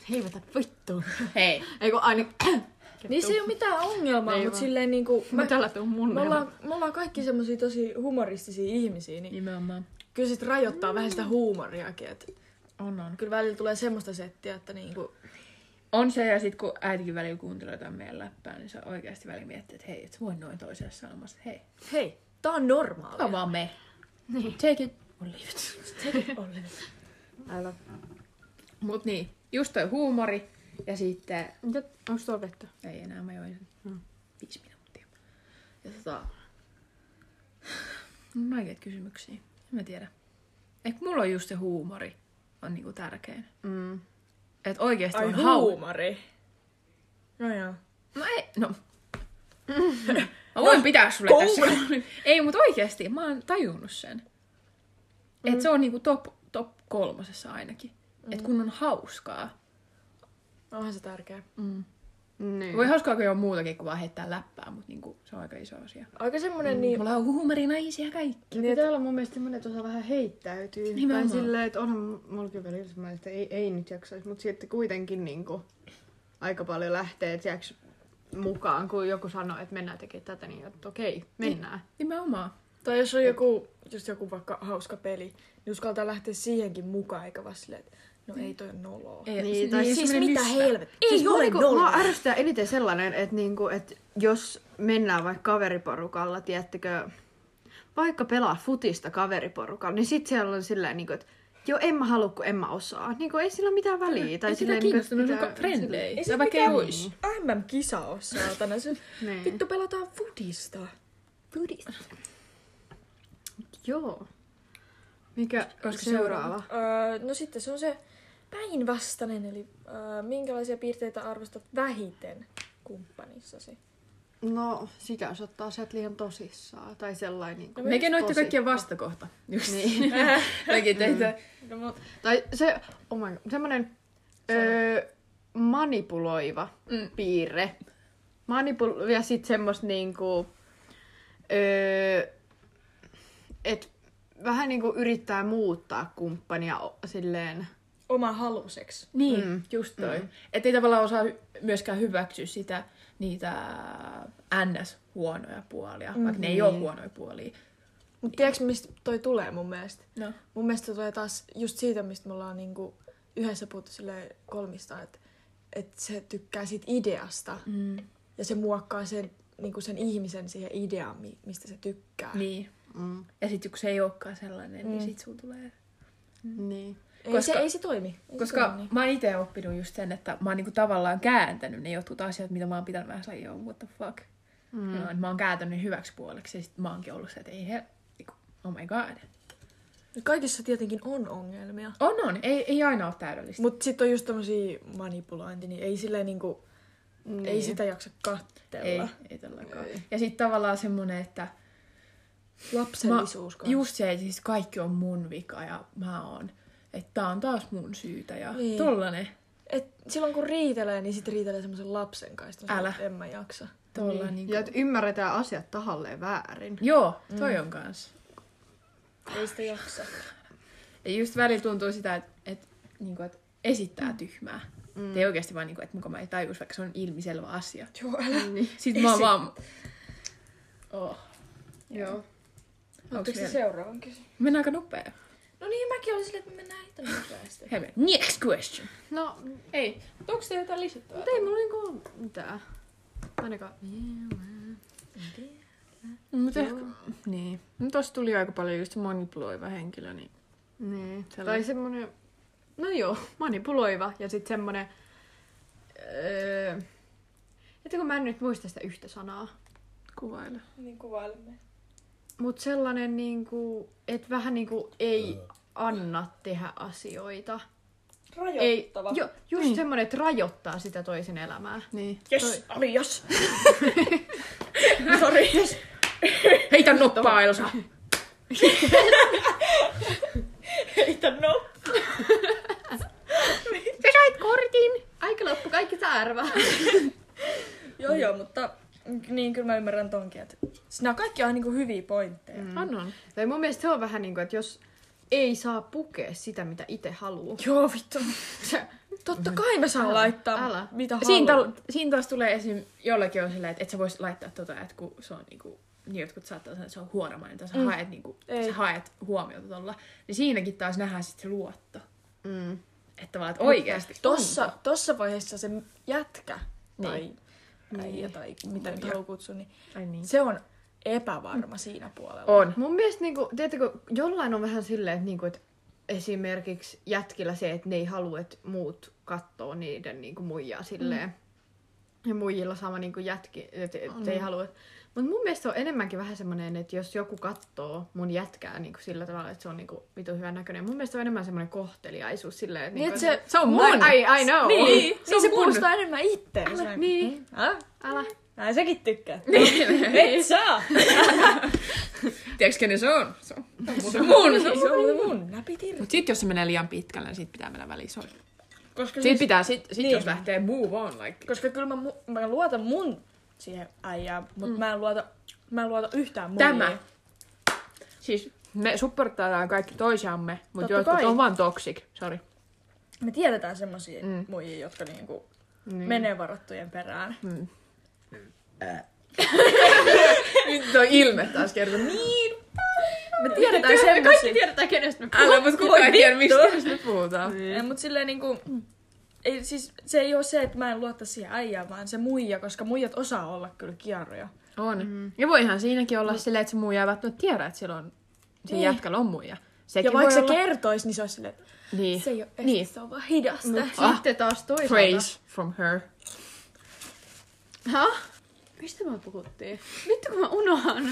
[SPEAKER 1] Hiivetä vittuun.
[SPEAKER 2] Hei.
[SPEAKER 1] Ei kun aina...
[SPEAKER 3] Niin se ei ole mitään ongelmaa,
[SPEAKER 1] Ei
[SPEAKER 3] mut
[SPEAKER 1] vaan.
[SPEAKER 3] silleen niinku...
[SPEAKER 1] Mä tällä tuu mun
[SPEAKER 3] Me
[SPEAKER 1] elämä.
[SPEAKER 3] ollaan, me ollaan kaikki semmosia tosi humoristisia ihmisiä, niin
[SPEAKER 2] Nimenomaan.
[SPEAKER 3] kyllä sit rajoittaa vähän sitä huumoriakin. Et
[SPEAKER 2] On, on.
[SPEAKER 3] kyllä välillä tulee semmoista settiä, että niinku...
[SPEAKER 2] On se, ja sit kun äitikin välillä kuuntelee jotain meidän läppää, niin se oikeasti välillä miettii, että hei, et voi noin toiselle sanomassa, että hei.
[SPEAKER 3] Hei, tää on normaalia.
[SPEAKER 2] Tämä on vaan me. Niin. Take it or leave it.
[SPEAKER 1] Älä.
[SPEAKER 2] Mut niin, just toi huumori, ja sitten
[SPEAKER 1] Mitä? Onks tuolla vettä?
[SPEAKER 2] Ei enää, mä join sen
[SPEAKER 1] Mm.
[SPEAKER 2] viisi minuuttia. Hmm. Ja tota... on Vaikeita kysymyksiä. En mä tiedä. Eikö mulla on just se huumori on niinku tärkein.
[SPEAKER 1] Mm.
[SPEAKER 2] Et oikeesti
[SPEAKER 3] Ai
[SPEAKER 2] on hau...
[SPEAKER 3] huumori. No joo.
[SPEAKER 2] No ei, no.
[SPEAKER 1] Mm.
[SPEAKER 2] mä
[SPEAKER 1] No,
[SPEAKER 2] voin pitää sulle
[SPEAKER 3] Kou-
[SPEAKER 2] tässä. ei, mut oikeesti, mä oon tajunnut sen. Et
[SPEAKER 1] Mm.
[SPEAKER 2] se on niinku top, top kolmosessa ainakin. Et kun on hauskaa.
[SPEAKER 3] Onhan se tärkeä.
[SPEAKER 1] Niin.
[SPEAKER 2] Voi hauskaa, kun ei oo muutakin kuin vaan heittää läppää, mut niinku, se on aika iso asia.
[SPEAKER 3] Aika semmonen mm. niin...
[SPEAKER 2] Mulla on huumorinaisia kaikki.
[SPEAKER 1] Niin, pitää olla mun mielestä semmoinen, että osaa vähän heittäytyy.
[SPEAKER 2] Nimenomaan.
[SPEAKER 1] Tai silleen, että onhan mullakin välillä semmoinen, että ei, ei nyt jaksaisi, mutta sitten kuitenkin niin kuin, aika paljon lähtee tiiäks, mukaan, kun joku sanoo, että mennään tekemään tätä, niin että okei, mennään.
[SPEAKER 2] Nimenomaan.
[SPEAKER 3] Tai jos on joku, just joku vaikka hauska peli, niin uskaltaa lähteä siihenkin mukaan, eikä vaan silleen, että no ei toi on noloa.
[SPEAKER 2] Ei,
[SPEAKER 1] Niin, tai
[SPEAKER 3] Siis
[SPEAKER 2] semmoinen
[SPEAKER 3] mitä
[SPEAKER 2] lyssää.
[SPEAKER 3] helvettiä? Ei niin
[SPEAKER 1] siis
[SPEAKER 3] ole
[SPEAKER 1] niinku,
[SPEAKER 3] nolla.
[SPEAKER 1] Mua ärsyttää eniten sellainen, että, niinku, että jos mennään vaikka kaveriporukalla, tiettäkö, vaikka pelaa futista kaveriporukalla, niin sitten siellä on silleen, niinku, että joo, en mä halua, kun en mä osaa. Niinku, ei sillä ole mitään väliä. Tai
[SPEAKER 2] Ei sitä
[SPEAKER 1] silleen, niinku, että
[SPEAKER 2] kiinnostunut sun
[SPEAKER 1] pitää-
[SPEAKER 2] frendei.
[SPEAKER 3] Ei
[SPEAKER 2] Ei
[SPEAKER 3] se
[SPEAKER 2] se vaikka ei
[SPEAKER 3] mikään-
[SPEAKER 2] ois.
[SPEAKER 3] MM-kisa on saatana. Se,
[SPEAKER 1] Niin.
[SPEAKER 3] vittu pelataan futista.
[SPEAKER 1] Budista. Joo. Mikä
[SPEAKER 2] Olisiko
[SPEAKER 1] seuraava?
[SPEAKER 3] Öö, no sitten se on se päinvastainen, eli öö, minkälaisia piirteitä arvostat vähiten kumppanissasi?
[SPEAKER 1] No, sitä jos ottaa sieltä liian tosissaan. Tai sellainen. Niin kuin
[SPEAKER 2] No Mekin noitte
[SPEAKER 1] tosi-
[SPEAKER 2] kaikkien vastakohta. Just.
[SPEAKER 1] Niin.
[SPEAKER 2] Mekin teitä.
[SPEAKER 3] No, mut,
[SPEAKER 1] tai se, oh my god, semmoinen öö, manipuloiva
[SPEAKER 2] Mm.
[SPEAKER 1] piirre. Manipul- ja sitten semmoista niinku, öö, et vähän niinku yrittää muuttaa kumppania o- silleen.
[SPEAKER 3] oma haluseksi.
[SPEAKER 2] Niin,
[SPEAKER 1] Mm.
[SPEAKER 2] just toi. Että ei tavallaan osaa hy- myöskään hyväksyä sitä niitä NS-huonoja puolia, vaikka ne ei ole huonoja puolia.
[SPEAKER 3] Mut tiedätkö, mistä toi tulee mun mielestä?
[SPEAKER 2] No.
[SPEAKER 3] Mun mielestä se tulee taas just siitä, mistä me ollaan niinku yhdessä puhuttu sille kolmista, että et se tykkää siitä ideasta mm. ja se muokkaa sen niinku sen ihmisen siihen ideaan, mi- mistä se tykkää.
[SPEAKER 2] Niin.
[SPEAKER 1] Mm.
[SPEAKER 2] Ja sitten kun se ei olekaan sellainen, mm.
[SPEAKER 3] Mm.
[SPEAKER 2] niin sit sulla tulee...
[SPEAKER 1] Niin.
[SPEAKER 3] Ei,
[SPEAKER 2] Koska-
[SPEAKER 3] se, ei se toimi. Ei se
[SPEAKER 2] Koska
[SPEAKER 3] toimi niin.
[SPEAKER 2] mä oon itse oppinut just sen, että mä oon niinku tavallaan kääntänyt ne jotkut asiat, mitä mä oon pitänyt vähän sellainen, joo, what the fuck. Mm. No, mä oon kääntänyt ne hyväksi puoleksi ja sit mä oonkin ollut se, että ei he, niinku, oh my god.
[SPEAKER 3] niin. Kaikissa tietenkin on ongelmia.
[SPEAKER 2] On, on. Ei, ei aina ole täydellistä.
[SPEAKER 3] Mutta sitten on just tämmösiä manipulointi, niin ei silleen niinku, niin. ei sitä jaksa kattella.
[SPEAKER 2] ei, ei todellakaan. Ja sitten tavallaan semmonen, että
[SPEAKER 3] Lapsellisuus kanssa.
[SPEAKER 2] just se, että siis kaikki on mun vika ja mä oon. Että tää on taas mun syytä ja
[SPEAKER 3] Niin.
[SPEAKER 2] niin. tollanen.
[SPEAKER 3] Et silloin kun riitelee, niin sitten riitelee semmoisen lapsen kanssa. Mä sanon,
[SPEAKER 2] Älä.
[SPEAKER 3] että En mä jaksa.
[SPEAKER 2] Tolla niin.
[SPEAKER 1] Ja että ymmärretään asiat tahalleen väärin.
[SPEAKER 2] Joo, toi mm. on kans.
[SPEAKER 3] Ei sitä jaksa.
[SPEAKER 2] Ja just välillä tuntuu sitä, että et, niinku, et esittää tyhmää. Mm. Ei oikeasti vaan, niinku, että muka mä ei tajus, vaikka se on ilmiselvä asia.
[SPEAKER 3] Joo, älä.
[SPEAKER 1] Niin.
[SPEAKER 2] Sitten mä oon vaan... Oh.
[SPEAKER 1] Joo.
[SPEAKER 2] Onks
[SPEAKER 3] Ottaako se
[SPEAKER 2] vielä?
[SPEAKER 3] seuraavan kysymyksen?
[SPEAKER 2] Mennään aika nopea.
[SPEAKER 3] No niin, mäkin olin silleen, että me mennään hito nopeasti.
[SPEAKER 2] Hei, next question.
[SPEAKER 1] No,
[SPEAKER 2] Ei, onko teillä jotain lisättävää?
[SPEAKER 1] mutta ei mulla niinku ole mitään. Ainakaan. Niin.
[SPEAKER 2] Mutta ehkä... Niin.
[SPEAKER 5] No, tossa tuli aika paljon just manipuloiva henkilö, niin
[SPEAKER 1] Niin.
[SPEAKER 5] Sellainen.
[SPEAKER 1] Tai semmonen, no joo, manipuloiva ja sitten semmonen, öö, että kun mä en nyt muista sitä yhtä sanaa,
[SPEAKER 5] kuvaile.
[SPEAKER 3] Niin kuvailemme.
[SPEAKER 1] mutta sellainen niinku, että vähän niinku ei anna tehdä asioita. Ei, jo, just niin. semmonen, että rajoittaa sitä toisen elämää.
[SPEAKER 5] Niin.
[SPEAKER 3] Jes, oli jos. Sori.
[SPEAKER 2] Heitä noppaa, Elsa!
[SPEAKER 3] Heitä no.
[SPEAKER 2] Sä sait kortin!
[SPEAKER 1] Aika loppu, kaikki tärvä.
[SPEAKER 3] Joo joo, mutta niin kyllä mä ymmärrän tonkin, että siis nämä kaikki on niinku hyviä pointteja. Mm.
[SPEAKER 5] On, on.
[SPEAKER 1] tai mun mielestä se on vähän niinku, että jos ei saa pukea sitä, mitä itse haluaa.
[SPEAKER 3] Joo vittu.
[SPEAKER 1] Se-
[SPEAKER 3] Totta kai me saa
[SPEAKER 1] Älä,
[SPEAKER 3] laittaa
[SPEAKER 1] älä.
[SPEAKER 3] mitä haluaa.
[SPEAKER 2] Siinä, tal- siinä taas tulee esim. jollakin on silleen, että et sä vois laittaa tota, että kun se on niinku, niin jotkut saattaa sanoa, että se on huonomainen, tai sä, mm. haet, niinku,
[SPEAKER 3] Ei.
[SPEAKER 2] sä haet huomiota tuolla. Niin siinäkin taas nähdään sit se luotto.
[SPEAKER 1] Mm.
[SPEAKER 2] Että tavallaan, että oikeasti.
[SPEAKER 3] Tossa, tossa vaiheessa se jätkä tai äijä tai mitä nyt haluaa kutsua, niin
[SPEAKER 2] Ai niin.
[SPEAKER 3] se on epävarma siinä puolella.
[SPEAKER 2] On.
[SPEAKER 1] Mun mielestä, niinku, tiedättekö, jollain on vähän silleen, että niinku, et esimerkiksi jätkillä se, että ne ei halua, että muut kattoo niiden niinku, muijaa silleen. Ja muijilla sama niinku, jätki, että et, ei halua. Mutta mun mielestä se on enemmänkin vähän semmoinen, että jos joku kattoo mun jätkää niinku, sillä tavalla, että se on niinku, vitu hyvän näköinen. Mun mielestä se on enemmän semmoinen kohteliaisuus silleen, että,
[SPEAKER 3] Niin,
[SPEAKER 1] niinku,
[SPEAKER 3] että se,
[SPEAKER 5] Se on
[SPEAKER 1] Mun.
[SPEAKER 5] mun!
[SPEAKER 1] I, I know.
[SPEAKER 3] niin, se,
[SPEAKER 2] on
[SPEAKER 3] niin se
[SPEAKER 2] mun.
[SPEAKER 3] puolustaa enemmän itteensä.
[SPEAKER 1] Älä, niin,
[SPEAKER 3] Äh?
[SPEAKER 1] älä.
[SPEAKER 3] Näin säkin tykkää. Et saa.
[SPEAKER 2] Tiedätkö, kenen se on? Se on.
[SPEAKER 3] Se on mun. Se on mun. Näpit irti.
[SPEAKER 5] Mut sit jos se menee liian pitkälle, niin sit pitää mennä väliin. Sori.
[SPEAKER 3] Koska,
[SPEAKER 5] Sit pitää, sit, sit
[SPEAKER 3] Niin.
[SPEAKER 5] jos lähtee move on, like...
[SPEAKER 3] koska kyllä mä, mu- mä luotan mun siihen äijään, mutta mm. mä en luota Mä en luota yhtään muihin.
[SPEAKER 2] Tämä.
[SPEAKER 5] Niin. Siis me supportataan kaikki toisiamme, mutta
[SPEAKER 3] Totta
[SPEAKER 5] jotkut
[SPEAKER 3] kai.
[SPEAKER 5] on vaan toksik. Sori.
[SPEAKER 3] Me tiedetään semmosia mm.
[SPEAKER 5] Mm.
[SPEAKER 3] muijia, jotka niinku
[SPEAKER 1] Niin.
[SPEAKER 3] menee varattujen perään.
[SPEAKER 2] Nyt toi ilme taas kertoo.
[SPEAKER 5] Niin.
[SPEAKER 3] Me tiedetään semmosia.
[SPEAKER 1] tiedetään, kenestä me
[SPEAKER 2] Älä, mut kukaan ei tiedä mistä.
[SPEAKER 5] Mistä me puhutaan?
[SPEAKER 3] Ei, mut silleen niinku... Ei, siis se ei oo se, että mä en luota siihen äijään, vaan se muija, koska muijat osaa olla kyllä kiaroja.
[SPEAKER 5] On. Mm. Ja voihan siinäkin olla silleen, että se muu jää välttämättä tiedä, että sillä on, se
[SPEAKER 3] Niin.
[SPEAKER 5] niin. jätkällä on muija. Sekin
[SPEAKER 3] Ja vaikka se
[SPEAKER 5] voi olla...
[SPEAKER 3] kertois, niin se olisi silleen, että
[SPEAKER 5] Niin.
[SPEAKER 3] se ei oo este,
[SPEAKER 5] Niin.
[SPEAKER 3] se on vaan hidasta.
[SPEAKER 1] Ah. Sitten taas toisaalta.
[SPEAKER 5] Praise from her.
[SPEAKER 1] Häh? Mistä me puhuttiin? Vittu kun mä
[SPEAKER 2] No
[SPEAKER 1] unohan.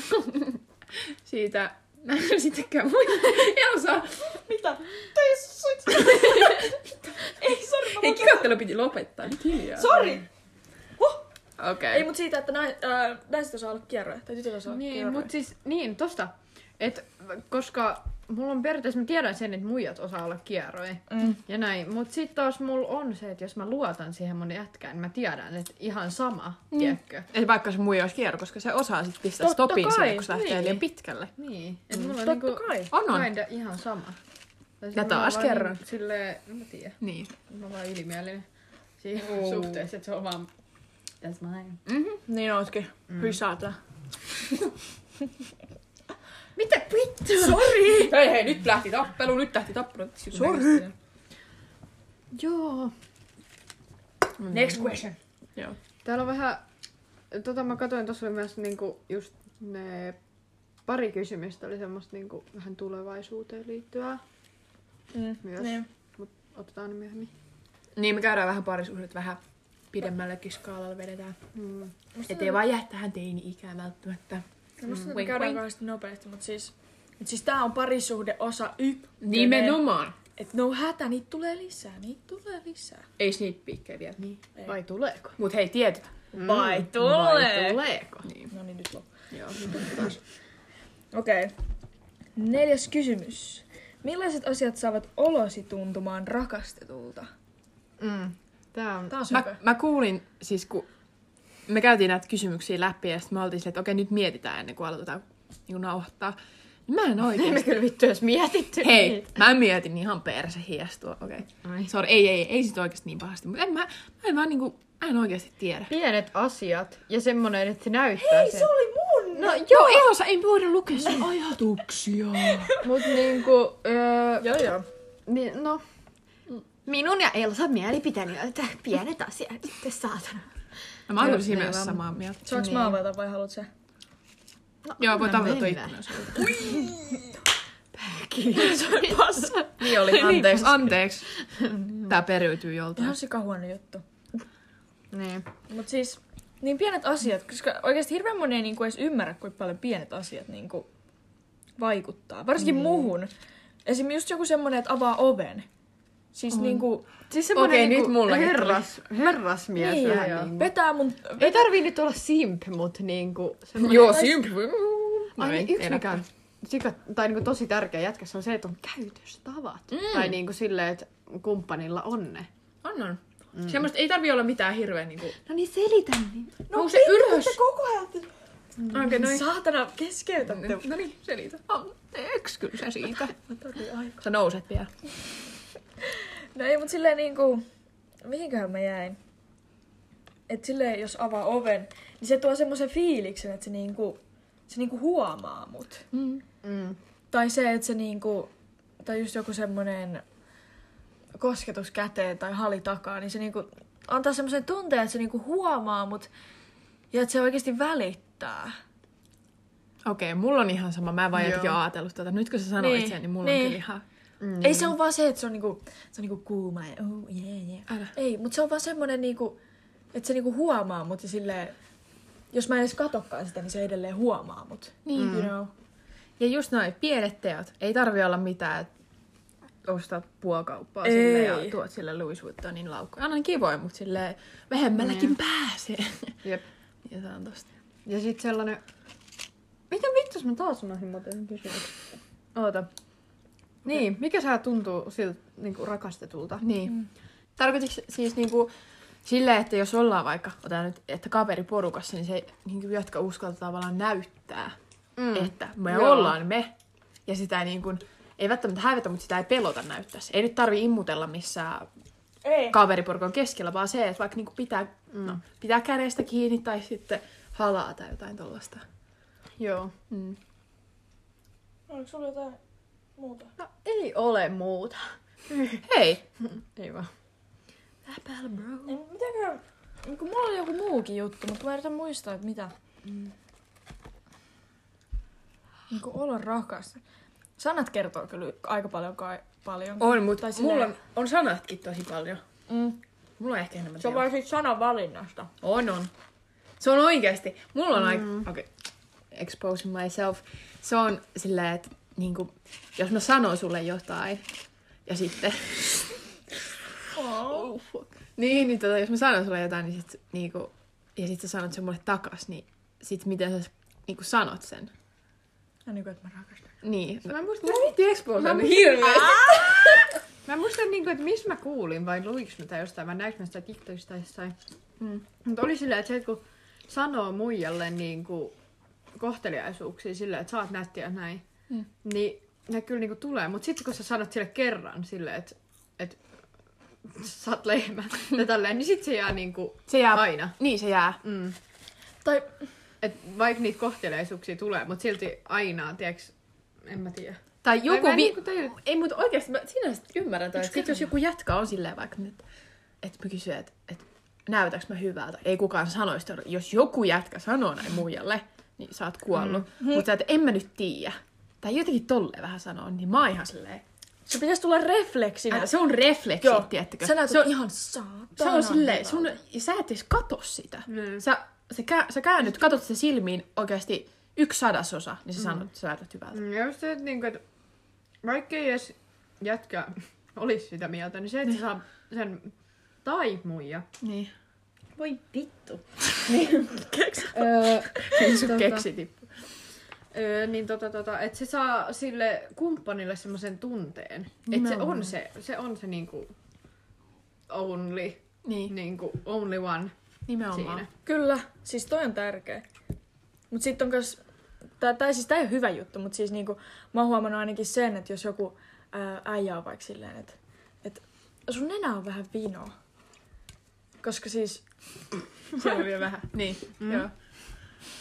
[SPEAKER 2] Siitä. Mä en ole sitäkään muista. Elsa.
[SPEAKER 3] Mitä? Tai suit. ei, sori, mä
[SPEAKER 2] Hei, kikattelu piti lopettaa. Nyt hiljaa.
[SPEAKER 3] Sori! Huh.
[SPEAKER 5] Okei.
[SPEAKER 3] Ei,
[SPEAKER 5] Okay.
[SPEAKER 3] mut siitä, että nai, äh, naiset osaa olla kierroja, tai tytöt osaa olla
[SPEAKER 1] Niin,
[SPEAKER 3] kierroja.
[SPEAKER 1] mut siis, niin, tosta. Et, koska mulla on periaatteessa, mä tiedän sen, että muijat osaa olla kierroja
[SPEAKER 3] Mm.
[SPEAKER 1] ja näin. Mut sit taas mulla on se, että jos mä luotan siihen mun jätkään, niin mä tiedän, että ihan sama, mm. tiedätkö?
[SPEAKER 5] Et vaikka se muija olisi kierro, koska se osaa sitten pistää
[SPEAKER 1] Totta
[SPEAKER 5] stopin
[SPEAKER 1] kai,
[SPEAKER 5] sille, kun se lähtee
[SPEAKER 1] niin.
[SPEAKER 5] liian pitkälle.
[SPEAKER 1] Niin. Et mulla on
[SPEAKER 3] Totta
[SPEAKER 1] niinku
[SPEAKER 3] kai.
[SPEAKER 5] On on.
[SPEAKER 1] kinda ihan sama. Tai siis
[SPEAKER 5] Ja
[SPEAKER 1] mä oon
[SPEAKER 5] taas
[SPEAKER 1] vaan
[SPEAKER 5] kerran.
[SPEAKER 1] Niin, silleen, en mä tiedä.
[SPEAKER 5] Niin.
[SPEAKER 1] Mä oon vaan ylimielinen siinä Niinku suhteessa, että se on vaan... That's mine.
[SPEAKER 3] Niin ootkin. Mm. Hysätä.
[SPEAKER 1] Mitä vittu?
[SPEAKER 3] Sori!
[SPEAKER 5] Hei hei, nyt lähti tappelu, nyt lähti tappelu. Sori.
[SPEAKER 1] Joo.
[SPEAKER 3] Next question.
[SPEAKER 2] Mm.
[SPEAKER 1] Täällä on vähän tota mä katsoin, tuossa oli myös niinku just ne pari kysymystä oli semmoista niinku vähän tulevaisuuteen liittyvää
[SPEAKER 3] Mm.
[SPEAKER 1] myös.
[SPEAKER 3] Niin.
[SPEAKER 1] Mut otetaan ne myöhemmin.
[SPEAKER 2] Niin, me käydään vähän parisuhdet vähän pidemmälläkin skaalalla vedetään.
[SPEAKER 1] Mm.
[SPEAKER 3] Musta
[SPEAKER 2] Ettei vaan jää tähän teini-ikään välttämättä.
[SPEAKER 3] No musta mm.
[SPEAKER 2] Wink,
[SPEAKER 3] käydään
[SPEAKER 2] wink.
[SPEAKER 3] kauheasti nopeasti, mutta siis, mut siis tää on parisuhde osa ykkönen.
[SPEAKER 2] Nimenomaan.
[SPEAKER 3] Et no hätä, niitä tulee lisää, niitä tulee lisää.
[SPEAKER 2] Ei sniippiikkejä vielä. Niin.
[SPEAKER 3] Ei.
[SPEAKER 1] Vai tuleeko? Mm.
[SPEAKER 2] Mut hei, tietyt.
[SPEAKER 3] Vai
[SPEAKER 1] Vai tuleeko?
[SPEAKER 2] Niin.
[SPEAKER 3] No niin, nyt loppu.
[SPEAKER 2] Joo.
[SPEAKER 3] Okei. Okay. Neljäs kysymys. Millaiset asiat saavat olosi tuntumaan rakastetulta?
[SPEAKER 1] Mm. Tää on...
[SPEAKER 3] Taas
[SPEAKER 2] Mä, mä kuulin siis, kun me käytiin näitä kysymyksiä läpi ja sitten me oltiin silleen, että okei, nyt mietitään ennen kuin aloitetaan niin nauhoittaa. Niin Mä en
[SPEAKER 1] Ei me
[SPEAKER 2] oikein.
[SPEAKER 1] kyllä vittu edes mietitty.
[SPEAKER 2] Hei, mä mietin niin ihan perse hiestua. Okei.
[SPEAKER 1] Ai.
[SPEAKER 2] Okay. Sorry, ei, ei, ei sit oikeesti niin pahasti. Mutta en mä, mä en vaan niinku, mä en oikeesti tiedä.
[SPEAKER 1] Pienet asiat ja semmonen, että se näyttää Hei, sen. Se
[SPEAKER 3] oli mun!
[SPEAKER 1] No
[SPEAKER 2] Joo, Niin.
[SPEAKER 1] joo,
[SPEAKER 2] ei osaa, ei voida lukea sun ajatuksia. No,
[SPEAKER 1] mut niinku... Öö,
[SPEAKER 3] Joo, joo.
[SPEAKER 1] Niin, no. Minun ja Elsa mielipiteeni on, että pienet asiat sitten saatana.
[SPEAKER 2] No, mä oon
[SPEAKER 1] Joo,
[SPEAKER 2] kyllä siinä
[SPEAKER 1] ei
[SPEAKER 2] mielessä
[SPEAKER 1] vaan-
[SPEAKER 2] samaa mieltä.
[SPEAKER 3] Saanko niin.
[SPEAKER 1] Niin.
[SPEAKER 3] mä avata vai haluat sä?
[SPEAKER 1] No,
[SPEAKER 2] Joo, voit avata toi
[SPEAKER 1] mennään.
[SPEAKER 2] ikkunan.
[SPEAKER 1] Kiitos.
[SPEAKER 3] Niin oli,
[SPEAKER 2] Anteeksi, anteeksi. Tää periytyy joltain.
[SPEAKER 3] Ihan sika huono juttu.
[SPEAKER 1] niin.
[SPEAKER 3] Mut siis, niin pienet asiat, koska oikeasti hirveän moni ei niinku edes ymmärrä, kuinka paljon pienet asiat niinku vaikuttaa. Varsinkin mm. muhun. Esimerkiksi just joku semmonen, että avaa oven. Siis mm. niinku,
[SPEAKER 1] Siis
[SPEAKER 2] semmonen
[SPEAKER 1] Okei,
[SPEAKER 2] niinku
[SPEAKER 1] nyt mulla
[SPEAKER 2] herras-
[SPEAKER 1] herras, herrasmies
[SPEAKER 3] niin,
[SPEAKER 1] vähän niinku.
[SPEAKER 3] vetää mun...
[SPEAKER 1] Ei tarvii nyt olla simp, mut niinku semmonen...
[SPEAKER 2] Joo, simp. No
[SPEAKER 1] Ai, niin, yksi mikä on sika, tai niinku tosi tärkeä jätkässä on se, että on käytöstavat. Mm. Tai niinku silleen, että kumppanilla on ne.
[SPEAKER 2] On, on. Mm. Semmoista ei tarvi olla mitään hirveä niinku...
[SPEAKER 1] No niin, selitä niin.
[SPEAKER 2] No, se ylös!
[SPEAKER 3] koko ajan...
[SPEAKER 2] Okei, okay, noin.
[SPEAKER 3] Saatana, keskeytätte.
[SPEAKER 2] No niin, selitä. Anteeksi, kyllä se siitä.
[SPEAKER 3] Mm.
[SPEAKER 2] Sä nouset vielä.
[SPEAKER 3] No ei, mut silleen niinku... Mihinköhän mä jäin? Et silleen, jos avaa oven, niin se tuo semmoisen fiiliksen, että se niinku... Se niinku huomaa mut.
[SPEAKER 2] Mm.
[SPEAKER 1] Mm.
[SPEAKER 3] Tai se, että se niinku, tai just joku semmonen kosketus käteen tai hali takaa, niin se niinku antaa semmoisen tunteen, että se niinku huomaa mut ja että se oikeasti välittää.
[SPEAKER 2] Okei, okay, mulla on ihan sama. Mä en vaan
[SPEAKER 1] Joo.
[SPEAKER 2] jotenkin ajatellut tätä. Nyt kun sä sanoit
[SPEAKER 3] Niin,
[SPEAKER 2] niin. sen, niin mulla niin.
[SPEAKER 3] niin.
[SPEAKER 2] on kyllä ihan...
[SPEAKER 3] Mm. Ei se on vaan se, että se on niinku, se on niinku kuuma ja oh yeah yeah.
[SPEAKER 2] Älä.
[SPEAKER 3] Ei, mut se on vaan semmonen niinku, että se niinku huomaa mut ja silleen, jos mä en edes katokkaan sitä, niin se edelleen huomaa mut. Niin,
[SPEAKER 2] Mm.
[SPEAKER 3] you know.
[SPEAKER 2] Ja just noin, pienet teot. Ei tarvi olla mitään, että ostat puokauppaa
[SPEAKER 3] Ei.
[SPEAKER 2] sille ja tuot sille Louis Vuittonin laukkuja. Aina kivoja, mutta silleen vähemmälläkin
[SPEAKER 1] Niin.
[SPEAKER 2] pääsee.
[SPEAKER 1] Jep.
[SPEAKER 2] ja se on tosta.
[SPEAKER 1] Ja sit sellainen... Miten vittu mä taas unohdin muuten kysymyksen? Oota. Niin, mikä sä tuntuu siltä niinku rakastetulta?
[SPEAKER 2] Niin. Mm. Tarkoititko siis niinku silleen, että jos ollaan vaikka, otan nyt, että kaveriporukassa, niin se niinku, jotka uskaltaa tavallaan näyttää, mm. että me Joo.
[SPEAKER 1] Joo.
[SPEAKER 2] ollaan me. Ja sitä niin kuin, ei välttämättä hävetä, mutta sitä ei pelota näyttää. se. Ei nyt tarvi immutella missään
[SPEAKER 3] Ei.
[SPEAKER 2] kaveriporukan keskellä, vaan se, että vaikka niinku pitää, mm. no, pitää kädestä kiinni tai sitten halaa tai jotain tollasta.
[SPEAKER 1] Joo.
[SPEAKER 2] Mm.
[SPEAKER 3] Onko sulla jotain muuta?
[SPEAKER 1] No ei ole muuta.
[SPEAKER 2] Hei,
[SPEAKER 1] Ei vaan. Läpäl,
[SPEAKER 2] No.
[SPEAKER 1] bro.
[SPEAKER 3] En- Mitäköhän... Niin kun mulla oli joku muukin juttu, mutta mä yritän muistaa, että mitä.
[SPEAKER 2] Mm.
[SPEAKER 3] Niin kun olla rakas. Sanat kertoo kyllä aika paljon kai paljon.
[SPEAKER 2] on, mutta
[SPEAKER 3] Tai silleen-
[SPEAKER 2] on sanatkin tosi paljon.
[SPEAKER 3] Mm.
[SPEAKER 2] Mulla on ehkä enemmän
[SPEAKER 3] Se on vaan siitä sanavalinnasta.
[SPEAKER 2] On, on. Se on oikeasti. Mulla on mm. aika... Okei. Okay. Exposing myself. Se on silleen, että niinku, jos mä sanon sulle jotain, ja sitten...
[SPEAKER 3] Oh.
[SPEAKER 2] Oh, fuck. Niin, niin tota, jos mä sanon sulle jotain, niin sit, niinku, ja sit sä sanot sen mulle takas, niin sit miten sä niinku, sanot sen?
[SPEAKER 3] Ja niin kuin, että mä rakastan.
[SPEAKER 2] Niin.
[SPEAKER 1] Mä muistan,
[SPEAKER 2] Mä vitti exposing.
[SPEAKER 1] Mä
[SPEAKER 2] Mä niin.
[SPEAKER 1] muistan-
[SPEAKER 2] hirveästi.
[SPEAKER 1] mä muistan niinku, että missä mä kuulin, vai luiks mä tai jostain, vai näinkö mä sitä TikTokista tai jossain.
[SPEAKER 2] Mm.
[SPEAKER 1] Mutta oli silleen, että se, että kun sanoo muijalle niinku kohteliaisuuksia silleen, että sä oot nätti ja näin,
[SPEAKER 2] Mm.
[SPEAKER 1] niin ne kyllä niinku tulee. Mutta sitten kun sä sanot sille kerran silleen, että et, sä oot lehmä ja tälleen, niin sit se jää niinku
[SPEAKER 2] Se jää...
[SPEAKER 1] aina.
[SPEAKER 2] Niin, se jää.
[SPEAKER 1] Mm.
[SPEAKER 3] Tai
[SPEAKER 1] Et vaikka niitä kohteliaisuuksia tulee, mutta silti aina, tiiäks, en mä tiedä.
[SPEAKER 2] Tai
[SPEAKER 1] Tai
[SPEAKER 2] joku...
[SPEAKER 1] mä en
[SPEAKER 2] vi-
[SPEAKER 1] niinku tajua-
[SPEAKER 2] Ei, mutta niin oikeasti mä sinä sit ymmärrän toi. Sitten jos joku jätkä on silleen vaikka, että, että mä kysyn, että, että näytäks mä hyvältä. Ei kukaan sano sitä. Jos joku jätkä sanoo näin muijalle, niin sä oot kuollut.
[SPEAKER 1] Mm-hmm.
[SPEAKER 2] Mm. Mutta että en mä nyt tiedä. Tai jotenkin tolleen vähän sanoa, niin mä oon ihan silleen.
[SPEAKER 3] Se pitäisi tulla
[SPEAKER 1] Niin
[SPEAKER 3] refleksinä.
[SPEAKER 2] Älä, se on refleksi,
[SPEAKER 3] Joo.
[SPEAKER 2] tiettäkö?
[SPEAKER 3] Sä näytät
[SPEAKER 2] se on,
[SPEAKER 3] ihan
[SPEAKER 2] se
[SPEAKER 3] saatana
[SPEAKER 2] on silleen,
[SPEAKER 3] hyvältä.
[SPEAKER 2] sun, ja sä et edes kato sitä. Mm. Sä, sä, kä, sä käännyt, katot sitä silmiin oikeasti yksi sadasosa, niin sä sanot, että sä näytät hyvältä.
[SPEAKER 1] Ja just se, että, niinku, että vaikka ei edes jätkä olisi sitä mieltä, niin se, että se saa sen tai muija.
[SPEAKER 2] Niin.
[SPEAKER 1] Voi vittu.
[SPEAKER 3] Niin.
[SPEAKER 2] Öö,
[SPEAKER 1] tota-
[SPEAKER 2] keksitippu.
[SPEAKER 1] Öö, niin tota, tota, että se saa sille kumppanille semmoisen tunteen. Että se on se, se on se niinku only,
[SPEAKER 2] Niin,
[SPEAKER 1] niinku only one
[SPEAKER 2] nimenomaan.
[SPEAKER 1] siinä.
[SPEAKER 3] Kyllä, siis toi on tärkeä. Mut sit on kas... Tää, tää, siis tää ei ole hyvä juttu, mut siis niinku, mä oon huomannut ainakin sen, että jos joku ää, äijä on vaikka silleen, että et, sun nenä on vähän vino. Koska siis...
[SPEAKER 2] Se on vielä vähän. Niin, mm. joo.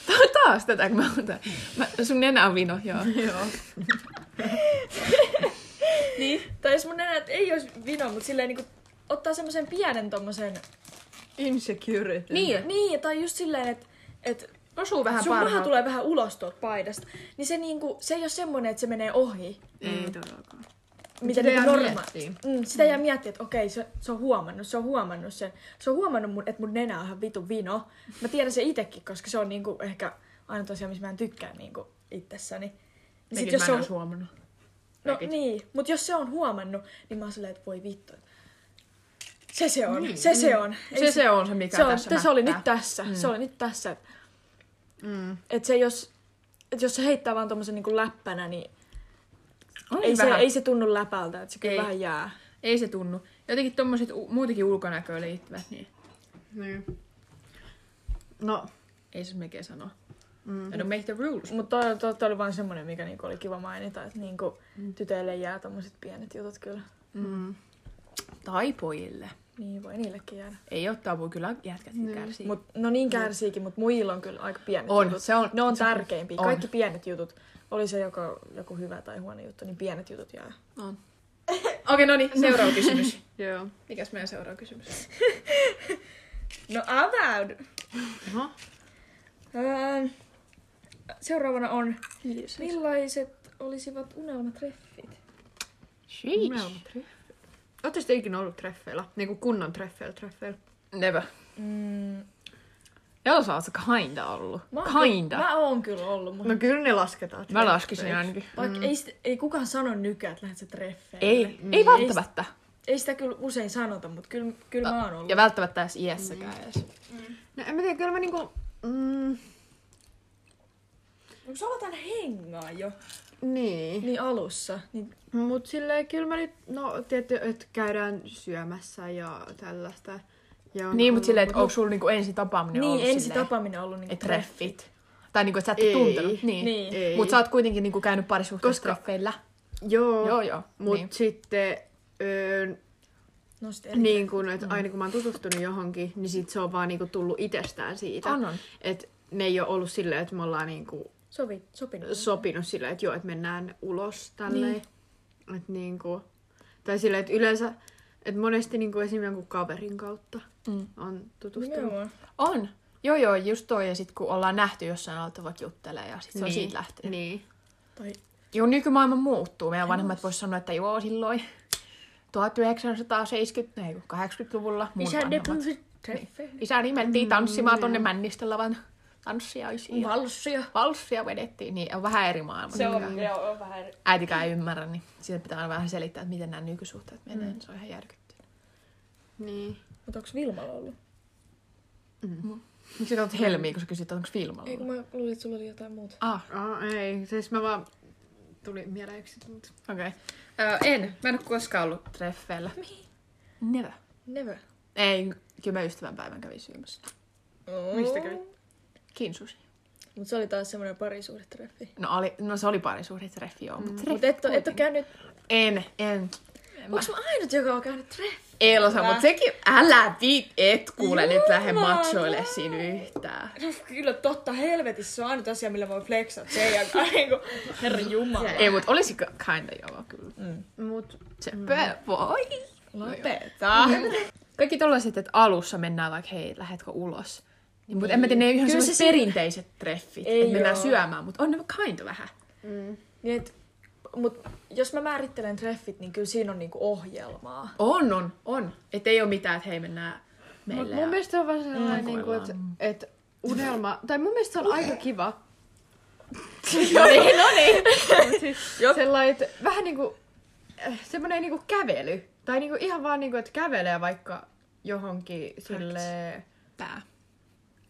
[SPEAKER 2] Ta- taas tätä, kun mä otan. Mä, sun nenä on vino, joo. joo.
[SPEAKER 3] Niin. Tai jos mun nenä et ei olisi vino, mut silleen niinku ottaa semmoisen pienen tommosen...
[SPEAKER 1] Insecurity.
[SPEAKER 3] Niin. Niin, tai just silleen, että et,
[SPEAKER 2] Osuu vähän
[SPEAKER 3] sun
[SPEAKER 2] parhaan.
[SPEAKER 3] raha tulee vähän ulos tuolta paidasta. Niin se, niinku, se ei ole semmonen, että se menee ohi.
[SPEAKER 2] Ei todellakaan.
[SPEAKER 3] mitä
[SPEAKER 1] Sitä
[SPEAKER 3] niin
[SPEAKER 1] jää
[SPEAKER 3] normaali.
[SPEAKER 1] niin. miettiä.
[SPEAKER 3] Mm, sitä jää miettiä, että okei, se, se, on huomannut, se on huomannut sen. Se on huomannut, mun, että mun nenä on ihan vitun vino. Mä tiedän se itekin, koska se on niinku ehkä aina tosiaan, missä mä en tykkää niinku itsessäni. Niin sit,
[SPEAKER 2] Mekin
[SPEAKER 3] jos
[SPEAKER 2] mä
[SPEAKER 3] se
[SPEAKER 2] en
[SPEAKER 3] on,
[SPEAKER 2] ois huomannut.
[SPEAKER 3] no niin, mutta jos se on huomannut, niin mä oon silleen, että voi vittu. Se se on, niin, se se on.
[SPEAKER 2] Se, se on se, mikä
[SPEAKER 3] se, on,
[SPEAKER 2] tässä
[SPEAKER 3] tässä se oli
[SPEAKER 2] mättää.
[SPEAKER 3] nyt tässä, mm. se oli nyt tässä. Että mm. et se jos, et jos se heittää vaan tommosen niinku läppänä, niin
[SPEAKER 2] Oli
[SPEAKER 3] ei se,
[SPEAKER 2] vähän.
[SPEAKER 3] ei se tunnu läpältä, että se kyllä
[SPEAKER 2] Ei.
[SPEAKER 3] vähän jää.
[SPEAKER 2] Ei se tunnu. Jotenkin tommoset u- muutenkin ulkonäköön liittyvät, niin
[SPEAKER 1] Niin. No,
[SPEAKER 2] ei se mekin sanoa. Mm. I don't make the rules.
[SPEAKER 3] Mutta toi, toi, toi oli vaan semmonen, mikä niinku oli kiva mainita, että niinku tytöille jää tommoset pienet jutut kyllä.
[SPEAKER 1] Mm.
[SPEAKER 2] Tai pojille.
[SPEAKER 3] Niin voi niillekin jäädä.
[SPEAKER 2] Ei oo tabu, kyllä jätkät mm. kärsii.
[SPEAKER 3] Mut, no niin kärsiikin, mutta muilla on kyllä aika pienet
[SPEAKER 2] On,
[SPEAKER 3] jutut.
[SPEAKER 2] se on-
[SPEAKER 3] ne on
[SPEAKER 2] se-
[SPEAKER 3] tärkeimpiä.
[SPEAKER 2] on.
[SPEAKER 3] Kaikki pienet jutut. Oli se joko, joku hyvä tai huono juttu, niin pienet jutut jää.
[SPEAKER 2] Okei, okay, no niin, seuraava kysymys.
[SPEAKER 1] joo.
[SPEAKER 2] Mikäs meidän seuraava kysymys?
[SPEAKER 3] No avaudu! No.
[SPEAKER 1] Aha.
[SPEAKER 3] Öö, seuraavana on,
[SPEAKER 2] Kiitos.
[SPEAKER 3] millaiset olisivat unelmatreffit?
[SPEAKER 1] Sheesh. Ootteko te ikinä ollut treffeillä? Niinku kunnon treffeillä treffeillä?
[SPEAKER 2] Never.
[SPEAKER 3] Mm,
[SPEAKER 2] Elsa on se kinda ollut.
[SPEAKER 3] mä oon
[SPEAKER 2] Kinda.
[SPEAKER 3] Kyllä, mä oon kyllä ollut, mutta
[SPEAKER 1] No kyllä ne lasketaan.
[SPEAKER 2] Mä laskisin ainakin.
[SPEAKER 3] vaikka ei, sit- ei, kukaan sano nykyään, että lähdet sä treffeille.
[SPEAKER 2] Ei, ei välttämättä.
[SPEAKER 3] Ei sitä kyllä usein sanota, mutta kyllä, kyllä mä oon ollut.
[SPEAKER 2] Ja välttämättä edes iässäkään edes.
[SPEAKER 1] No en mä tiedä, kyllä mä niinku... Mm,
[SPEAKER 3] Kun sä aloitan hengaa jo.
[SPEAKER 1] niin.
[SPEAKER 3] Niin alussa. Niin,
[SPEAKER 1] Mut silleen kyllä mä nyt... No tietty, että käydään syömässä ja tällaista. Ja on
[SPEAKER 2] Niin, mutta
[SPEAKER 1] ollut-
[SPEAKER 2] silleen, että onko sulla niinku ensi tapaaminen
[SPEAKER 3] niin
[SPEAKER 2] ollut
[SPEAKER 3] ensi
[SPEAKER 2] silleen,
[SPEAKER 3] tapaaminen on ollut niinku
[SPEAKER 2] et treffit? Tai niinku, että sä et
[SPEAKER 1] Ei.
[SPEAKER 2] ole tuntenut. Niin.
[SPEAKER 3] Niin.
[SPEAKER 1] Ei.
[SPEAKER 2] Mutta sä oot kuitenkin niinku käynyt parisuhteessa
[SPEAKER 1] Koska-
[SPEAKER 2] treffeillä.
[SPEAKER 1] Joo.
[SPEAKER 2] Joo, joo.
[SPEAKER 1] Mut
[SPEAKER 2] Niin.
[SPEAKER 1] sitten... Öö,
[SPEAKER 3] No sit eri.
[SPEAKER 1] niin kun,
[SPEAKER 2] Mm.
[SPEAKER 1] että aina kun mä oon tutustunut johonkin, niin sit se on vaan niinku tullut itsestään siitä.
[SPEAKER 2] On, on.
[SPEAKER 1] Et ne ei ole ollut silleen, että me ollaan niinku
[SPEAKER 3] Sovi, sopinut.
[SPEAKER 1] sopinut silleen, että joo, että mennään ulos tälleen. Niin. Et niinku, tai silleen, että yleensä, että monesti niinku esim. jonkun kaverin kautta mm. on tutustunut.
[SPEAKER 3] Nimenomaan.
[SPEAKER 2] On. Joo, joo, just toi. Ja sit kun ollaan nähty jossain alta vaikka juttelee ja sit se on siitä lähtenyt.
[SPEAKER 1] Niin.
[SPEAKER 3] Tai
[SPEAKER 2] Joo, nykymaailma muuttuu. Meidän vanhemmat vois sanoa, että joo, silloin 1970, ei kun 80-luvulla mun
[SPEAKER 3] isä Mm.
[SPEAKER 2] vanhemmat.
[SPEAKER 3] deputit treffeille.
[SPEAKER 2] Isä nimettiin tanssimaan tonne männistölavan tanssiaisiin. ja
[SPEAKER 3] Valssia.
[SPEAKER 2] Valssia vedettiin, niin on vähän eri maailma.
[SPEAKER 3] Se on,
[SPEAKER 1] Niin.
[SPEAKER 2] nykyään.
[SPEAKER 3] joo, on vähän eri.
[SPEAKER 2] Äitikään ei ymmärrä, niin siitä pitää aina vähän selittää, että miten nämä nykysuhteet menee. Mm. Se on ihan järkyttynyt.
[SPEAKER 1] Niin.
[SPEAKER 3] Mut onks Vilmalla ollut?
[SPEAKER 2] Miksi sä otat helmiä, kun sä kysyt, onko filmalla?
[SPEAKER 3] Ei kun mä luulin, että sulla oli jotain muuta.
[SPEAKER 2] Ah,
[SPEAKER 1] Oh, ei, siis mä vaan tuli mieleen yksi, mutta
[SPEAKER 2] okei. Okay. Öö, en. Mä en ole koskaan ollut treffeillä.
[SPEAKER 3] Mihin?
[SPEAKER 2] Never.
[SPEAKER 3] Never.
[SPEAKER 2] Ei, kyllä mä ystävänpäivän kävin syömässä.
[SPEAKER 3] Oh.
[SPEAKER 1] mistä kävi?
[SPEAKER 2] Kinsusi.
[SPEAKER 3] Mut se oli taas semmonen parisuhdetreffi.
[SPEAKER 2] No, oli, no se oli parisuhdetreffi, joo, mm. mutta
[SPEAKER 3] Mut et, oo- et oo käynyt...
[SPEAKER 2] En, en.
[SPEAKER 3] Onks mä ainut, joka on käynyt treffi?
[SPEAKER 2] Elosa,
[SPEAKER 3] Mä-
[SPEAKER 2] mutta sekin, älä viit, et kuule nyt lähde
[SPEAKER 3] Jumala.
[SPEAKER 2] machoille siinä yhtään.
[SPEAKER 3] No kyllä totta helvetissä, se on ainut asia, millä voi flexata teidän kanssa. niinku, Herra Jumala.
[SPEAKER 2] Ei, mutta olisi kinda joo, kyllä.
[SPEAKER 1] mut,
[SPEAKER 2] Se mm. voi.
[SPEAKER 3] Lopeta.
[SPEAKER 2] Tää. Kaikki tollaiset, että alussa mennään vaikka, hei, lähetkö ulos? Niin, mutta en mä tiedä, ne ei ole ihan
[SPEAKER 3] Kyllä se
[SPEAKER 2] sellaiset
[SPEAKER 3] siinä-
[SPEAKER 2] perinteiset treffit,
[SPEAKER 3] Ei
[SPEAKER 2] että mennään
[SPEAKER 3] oo.
[SPEAKER 2] syömään, mutta on ne kind of vähän.
[SPEAKER 3] Niin et, mut jos mä määrittelen treffit, niin kyllä siinä on niinku ohjelmaa.
[SPEAKER 2] On, on, on. Että ei ole mitään, että hei, mennään
[SPEAKER 1] Mut
[SPEAKER 2] meille.
[SPEAKER 1] mun mielestä se on vähän sellainen,
[SPEAKER 2] Mm.
[SPEAKER 1] niin kuin, että, että unelma, tai mun mielestä se on aika kiva. no niin, no niin. Mut siis sellainen, että vähän niin kuin, semmoinen niin kuin kävely. Tai niin kuin ihan vaan niin kuin, että kävelee vaikka johonkin silleen,
[SPEAKER 2] pää.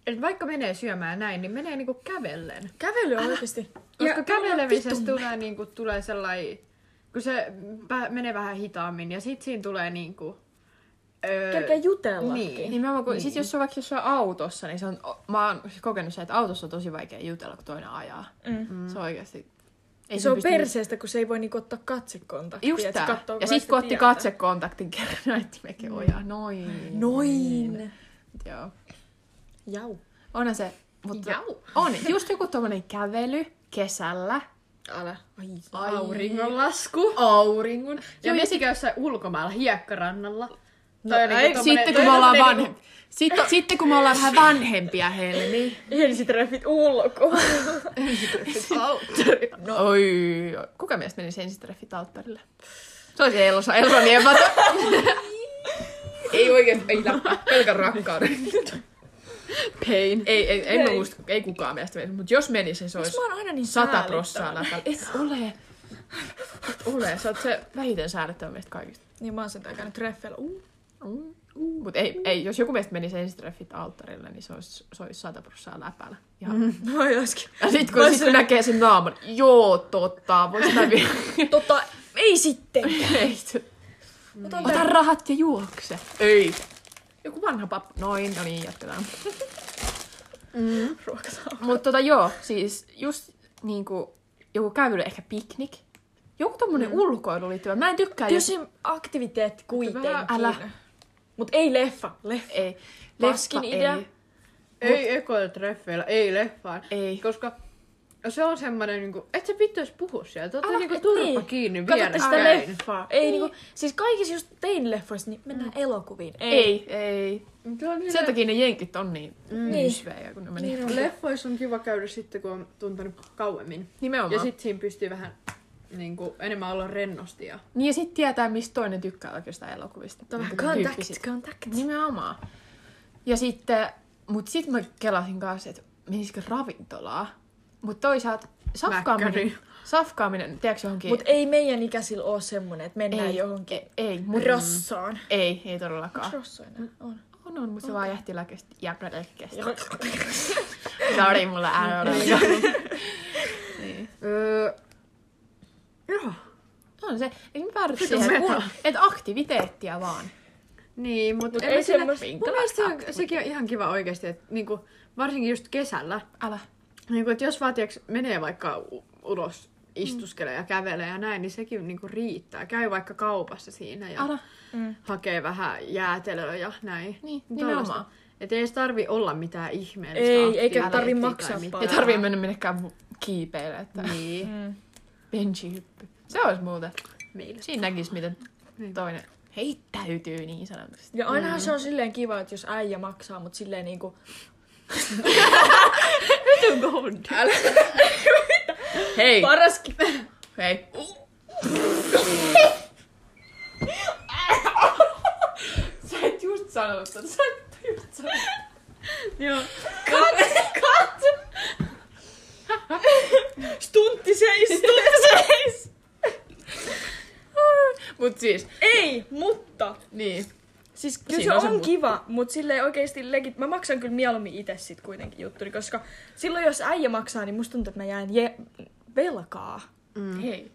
[SPEAKER 1] että vaikka menee syömään ja näin, niin menee niinku kävellen.
[SPEAKER 3] Kävely on oikeesti.
[SPEAKER 1] Koska kävelemisestä tulee, niinku, tulee sellainen, kun se pä- menee vähän hitaammin ja sit siinä tulee niinku... Öö,
[SPEAKER 3] Kerkeä jutellakin.
[SPEAKER 1] niin.
[SPEAKER 2] Niin mä voin, niin. sit jos on vaikka jossain autossa, niin se on, o- mä oon kokenut se, että autossa on tosi vaikea jutella, kun toinen ajaa.
[SPEAKER 3] Mm.
[SPEAKER 2] Mm. Se on oikeasti...
[SPEAKER 3] Ei
[SPEAKER 2] Ei
[SPEAKER 3] se on
[SPEAKER 2] pysty-
[SPEAKER 3] perseestä, kun se ei voi niinku ottaa katsekontaktia.
[SPEAKER 2] Just
[SPEAKER 3] et se
[SPEAKER 2] tää. Ja
[SPEAKER 3] kattoo koko ajan
[SPEAKER 2] sit
[SPEAKER 3] sitä
[SPEAKER 2] kun otti
[SPEAKER 3] tietä.
[SPEAKER 2] katsekontaktin kerran, niin näytti mekin ojaa. Noin. niin-
[SPEAKER 3] Noin.
[SPEAKER 2] Joo.
[SPEAKER 3] Niin. Jau.
[SPEAKER 2] Onhan se, mutta
[SPEAKER 1] Jau.
[SPEAKER 2] on just joku tommonen kävely kesällä.
[SPEAKER 3] Älä. Ai.
[SPEAKER 1] Auringonlasku.
[SPEAKER 2] Auringon.
[SPEAKER 1] Ja Messi käy jossain ulkomailla hiekkarannalla.
[SPEAKER 3] No,
[SPEAKER 1] Toi on
[SPEAKER 3] ei,
[SPEAKER 1] niinku tommonen-
[SPEAKER 2] Sitten kun
[SPEAKER 1] toi
[SPEAKER 2] me
[SPEAKER 1] on
[SPEAKER 2] ollaan
[SPEAKER 1] tommonen niinku-
[SPEAKER 2] vanhempia. Sitten, sitten kun me ollaan vähän vanhempia, Helmi.
[SPEAKER 3] Ensitreffit ulkoa.
[SPEAKER 1] Autori.
[SPEAKER 2] No. Oi, oi. kuka mielestä menisi ensitreffit alttarille? Se olisi Elsa, Elsa Niemata. ei oikein, ei läppä, pelkän rakkauden.
[SPEAKER 1] Pain.
[SPEAKER 2] Ei, ei, en mä muista, ei kukaan mielestä menisi, mutta jos menisi, se olisi
[SPEAKER 3] Mä oon aina niin
[SPEAKER 2] sata
[SPEAKER 3] säälittävä?
[SPEAKER 2] prossaa läpä. Et ole. Et ole, sä oot se vähiten säädettävä meistä kaikista.
[SPEAKER 3] Niin mä oon sen käynyt treffeillä. Uh.
[SPEAKER 2] Mm, mm. Mut ei, ei, jos joku meistä menisi ensitreffit alttarille, niin se olisi, se olisi sata prossaa läpällä. Ja, mm.
[SPEAKER 3] No joskin.
[SPEAKER 2] ja sit kun, sit kun näkee sen naaman, joo totta, voit mä vielä.
[SPEAKER 3] Tota, ei sitten.
[SPEAKER 2] Ei, se-
[SPEAKER 3] Mutta on
[SPEAKER 2] Mm. Ota
[SPEAKER 3] tää-
[SPEAKER 2] rahat ja juokse. Ei. Joku vanha pappa. Noin, no niin, jatketaan.
[SPEAKER 3] ruokasauna.
[SPEAKER 2] Mutta tota joo, siis just niinku joku kävely, ehkä piknik. Joku tommonen mm. ulkoilu liittyvä. Mä en tykkää, jos...
[SPEAKER 3] Kysin aktiviteetti kuitenkin.
[SPEAKER 2] vähän- Älä.
[SPEAKER 3] Mut ei leffa. Leffa.
[SPEAKER 2] Ei.
[SPEAKER 3] Paskin
[SPEAKER 2] Leffa
[SPEAKER 3] idea.
[SPEAKER 2] Ei.
[SPEAKER 1] Ei ekoilla treffeillä, ei leffaan.
[SPEAKER 2] Ei.
[SPEAKER 1] Koska se on semmoinen, niinku, et sä pitäis puhua sieltä. Ota
[SPEAKER 3] Älä,
[SPEAKER 1] niinku
[SPEAKER 3] et
[SPEAKER 1] turpa
[SPEAKER 3] niin.
[SPEAKER 1] kiinni
[SPEAKER 3] Katsotte sitä
[SPEAKER 1] vierekkäin.
[SPEAKER 3] leffaa. Ei niinku, siis kaikissa just tein leffoissa, niin mennään elokuviin.
[SPEAKER 2] Ei. ei.
[SPEAKER 1] Se on
[SPEAKER 2] Sen
[SPEAKER 1] niillä-
[SPEAKER 2] takia ne jenkit on niin mm.
[SPEAKER 3] Niin.
[SPEAKER 2] nysvejä, kun ne meni. Niin.
[SPEAKER 1] Leffoissa on kiva käydä sitten, kun on tuntenut kauemmin.
[SPEAKER 2] Nimenomaan.
[SPEAKER 1] Ja sit siinä pystyy vähän niin kuin, enemmän olla rennosti. Ja...
[SPEAKER 2] Niin ja sit tietää, mistä toinen tykkää oikeastaan elokuvista.
[SPEAKER 3] Tämä Niin.
[SPEAKER 2] Minkä tyyppisistä.
[SPEAKER 3] contact, contact.
[SPEAKER 2] Nimenomaan. Ja sitten, mut sit mä kelasin kanssa, että menisikö ravintolaa. Mut toisaalta safkaaminen,
[SPEAKER 1] Mäkkäriin.
[SPEAKER 2] safkaaminen, tiedätkö johonkin?
[SPEAKER 3] Mut ei meidän ikäisillä oo semmonen, että mennään
[SPEAKER 2] ei,
[SPEAKER 3] johonkin
[SPEAKER 2] Ei, ei, mut,
[SPEAKER 3] rossaan.
[SPEAKER 2] ei, ei todellakaan.
[SPEAKER 3] Rosso Mm. enää Mm, on.
[SPEAKER 2] On, on, mutta se vaan jähti läkestä. Jähti Sorry, mulla ääni on alkaa.
[SPEAKER 1] Öö, joo.
[SPEAKER 2] On se, ei me päädytty
[SPEAKER 1] Vitun
[SPEAKER 2] siihen,
[SPEAKER 1] meta.
[SPEAKER 2] että et aktiviteettia vaan.
[SPEAKER 1] Niin, mutta
[SPEAKER 3] ei semmoista-
[SPEAKER 1] Mun mielestä se on, sekin on ihan kiva oikeasti, että niinku, varsinkin just kesällä,
[SPEAKER 2] Älä.
[SPEAKER 1] niinku, että jos vaan tiiäks, menee vaikka u- ulos istuskelee ja kävelee ja näin, niin sekin niinku riittää. Käy vaikka kaupassa siinä ja
[SPEAKER 2] Älä.
[SPEAKER 1] hakee vähän jäätelöä ja näin.
[SPEAKER 2] Niin,
[SPEAKER 1] Tällaista.
[SPEAKER 2] nimenomaan.
[SPEAKER 1] Et ei edes tarvi olla mitään ihmeellistä
[SPEAKER 3] Ei,
[SPEAKER 1] aktiviteettia
[SPEAKER 3] eikä tarvi
[SPEAKER 1] tai
[SPEAKER 3] maksaa
[SPEAKER 1] mitään.
[SPEAKER 2] Ei
[SPEAKER 3] paljon.
[SPEAKER 2] tarvii mennä minnekään kiipeille, että
[SPEAKER 1] Niin,
[SPEAKER 2] benchihyppy. Se olisi muuten.
[SPEAKER 1] meillä.
[SPEAKER 2] Siinä näkisi, miten
[SPEAKER 1] Niin.
[SPEAKER 2] toinen heittäytyy niin sanotusti.
[SPEAKER 3] Ja ainahan se on silleen kiva, että jos äijä maksaa, mut silleen niinku...
[SPEAKER 2] Hei!
[SPEAKER 3] Paraskin.
[SPEAKER 2] Hei! Sä et just sanonut tätä. Sä et just sanonut.
[SPEAKER 1] Joo.
[SPEAKER 3] Stuntti seis, stuntti seis!
[SPEAKER 2] Mut siis,
[SPEAKER 3] Ei, mutta...
[SPEAKER 2] niin.
[SPEAKER 3] Siis kyllä
[SPEAKER 2] Siinä
[SPEAKER 3] se
[SPEAKER 2] on
[SPEAKER 3] on,
[SPEAKER 2] se muu-
[SPEAKER 3] kiva, mutta silleen oikeesti legit... Mä maksan kyllä mieluummin itse sit kuitenkin juttuni, koska silloin jos äijä maksaa, niin musta tuntuu, että mä jään je- velkaa.
[SPEAKER 2] Mm. Hei.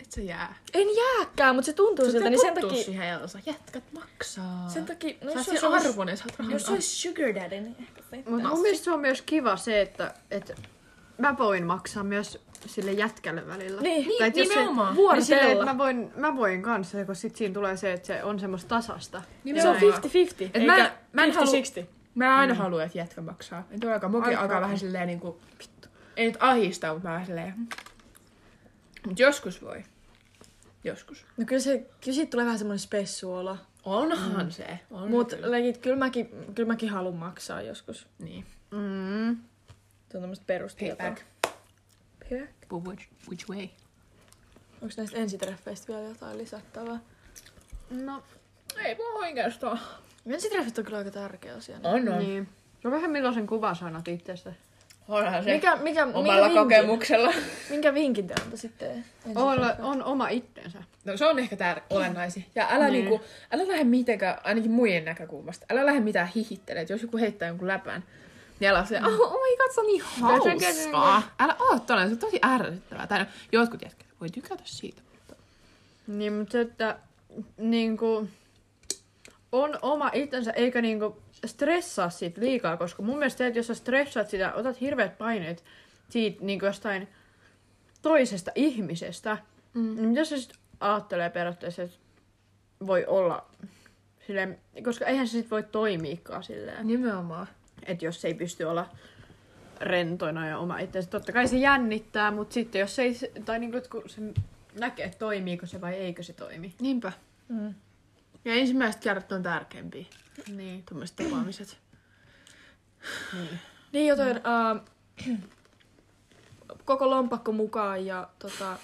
[SPEAKER 2] Et sä jää.
[SPEAKER 3] En jääkään, mutta se tuntuu siltä, niin sen takia...
[SPEAKER 2] siihen Elsa. Jätkät maksaa.
[SPEAKER 3] Sen takia, no
[SPEAKER 2] sä siis
[SPEAKER 3] jos
[SPEAKER 2] oot
[SPEAKER 3] se
[SPEAKER 2] sen
[SPEAKER 3] olisi,
[SPEAKER 2] arvonen, sä oot rahan
[SPEAKER 3] jos se olisi sugar daddy, niin ehkä
[SPEAKER 1] Mut
[SPEAKER 3] sitten.
[SPEAKER 1] mun mielestä se on myös kiva se, että, että mä voin maksaa myös sille jätkälle välillä.
[SPEAKER 3] Niin,
[SPEAKER 1] tai et jos se,
[SPEAKER 2] nimenomaan.
[SPEAKER 1] niin silleen, että
[SPEAKER 3] Vuorotella.
[SPEAKER 1] mä voin, mä voin kanssa, kun sit siinä tulee se, että se on semmoista tasasta.
[SPEAKER 3] Se on
[SPEAKER 2] Nimenomaan.
[SPEAKER 3] 50-50.
[SPEAKER 2] Et mä en-
[SPEAKER 3] eikä
[SPEAKER 2] mä en halua-
[SPEAKER 3] 50-60.
[SPEAKER 2] Mä aina mm. haluan, että jätkä maksaa. En todellakaan, moki
[SPEAKER 1] Aika
[SPEAKER 2] alkaa
[SPEAKER 1] paljon.
[SPEAKER 2] vähän silleen niinku, vittu. Ei nyt ahistaa, mutta mä vähän silleen. Mut joskus voi. Joskus.
[SPEAKER 3] No kyllä, se, kyllä siitä tulee vähän semmoinen spessuolo.
[SPEAKER 2] Onhan mm. se. On
[SPEAKER 3] Mut legit, kyllä mäkin, kyllä mäkin haluan maksaa joskus.
[SPEAKER 2] Niin.
[SPEAKER 1] Mm.
[SPEAKER 3] Se on tämmöistä perustietoa.
[SPEAKER 2] Payback.
[SPEAKER 3] Payback.
[SPEAKER 2] But which, which way?
[SPEAKER 3] Onko näistä ensitreffeistä vielä jotain lisättävää?
[SPEAKER 1] No,
[SPEAKER 2] Ei mua oikeastaan.
[SPEAKER 3] Ensitreffit on kyllä aika tärkeä asia. niin.
[SPEAKER 2] On, on. Niin.
[SPEAKER 1] niin. No vähän millaisen kuvan sä annat itsestä.
[SPEAKER 2] Onhan se.
[SPEAKER 3] Mikä, mikä, minkä,
[SPEAKER 2] Omalla
[SPEAKER 3] vinkin,
[SPEAKER 2] kokemuksella.
[SPEAKER 3] minkä vinkin te antaisitte? ensitreffeille?
[SPEAKER 1] Olla, on oma itsensä.
[SPEAKER 2] No se on ehkä tär- olennaisin. Ja älä,
[SPEAKER 1] Niin.
[SPEAKER 2] niinku, älä lähde mitenkään, ainakin muiden näkökulmasta, älä lähde mitään hihittelemään. että Jos joku heittää jonkun läpän, niin älä ole se, oh, oh my god, se on niin hauskaa. Älä oo tollanen, se on tosi ärsyttävää. Tai no, jotkut jätkät voi tykätä siitä.
[SPEAKER 1] Niin, mutta se, että niinku, on oma itsensä, eikä niinku stressaa siitä liikaa, koska mun mielestä se, että jos sä stressaat sitä, otat hirveät paineet siitä niinku jostain toisesta ihmisestä, mm. niin mitä se sitten ajattelee periaatteessa, että voi olla silleen, koska eihän se sitten voi toimiikaan silleen,
[SPEAKER 2] Nimenomaan.
[SPEAKER 1] että jos ei pysty olla rentoina ja oma itsensä. Totta kai se jännittää, mutta sitten jos ei, se- tai niinku, että kun se näkee, että toimiiko se vai eikö se toimi.
[SPEAKER 2] Niinpä.
[SPEAKER 3] Mm.
[SPEAKER 2] Ja ensimmäiset kerrat on tärkeimpiä,
[SPEAKER 1] Niin.
[SPEAKER 2] tämmöiset tapaamiset.
[SPEAKER 3] Niin, joten mm. uh, koko lompakko mukaan ja tota,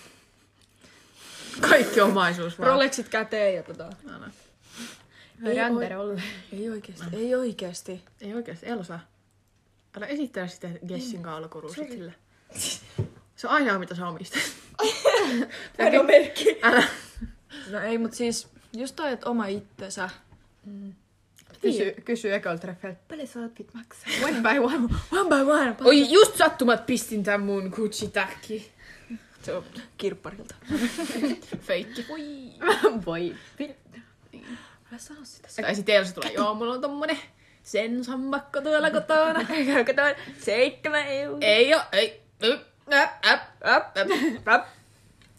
[SPEAKER 2] Kaikki omaisuus vaan.
[SPEAKER 3] Rolexit käteen ja tota.
[SPEAKER 2] Aina.
[SPEAKER 1] Ei Niin.
[SPEAKER 3] Räntere
[SPEAKER 1] Räntere olle.
[SPEAKER 3] Ei oikeesti, ei oikeesti.
[SPEAKER 2] Ei oikeasti, Elsa. Älä esittele sitä Jessin kaulakoruusit sille. Se on aina mitä sä omistat.
[SPEAKER 3] Aika merkki. No ei, mut siis just toi, että oma itsensä.
[SPEAKER 1] Kysy, kysy ekoiltreffeiltä. Paljon sä oot pit maksaa? One by one.
[SPEAKER 3] One by one.
[SPEAKER 2] Oi, just sattumat pistin tämän mun Gucci-täkki.
[SPEAKER 3] Se on kirpparilta.
[SPEAKER 2] Feikki.
[SPEAKER 1] Voi. pit-
[SPEAKER 3] Älä sano sitä.
[SPEAKER 2] Tai sitten Elsa tulee, joo, mulla on tommonen sen sammakko tuolla kotona. Kato,
[SPEAKER 3] Seitsemän euroa.
[SPEAKER 2] ei oo, ei. Yp, äp, äp, äp, äp, äp.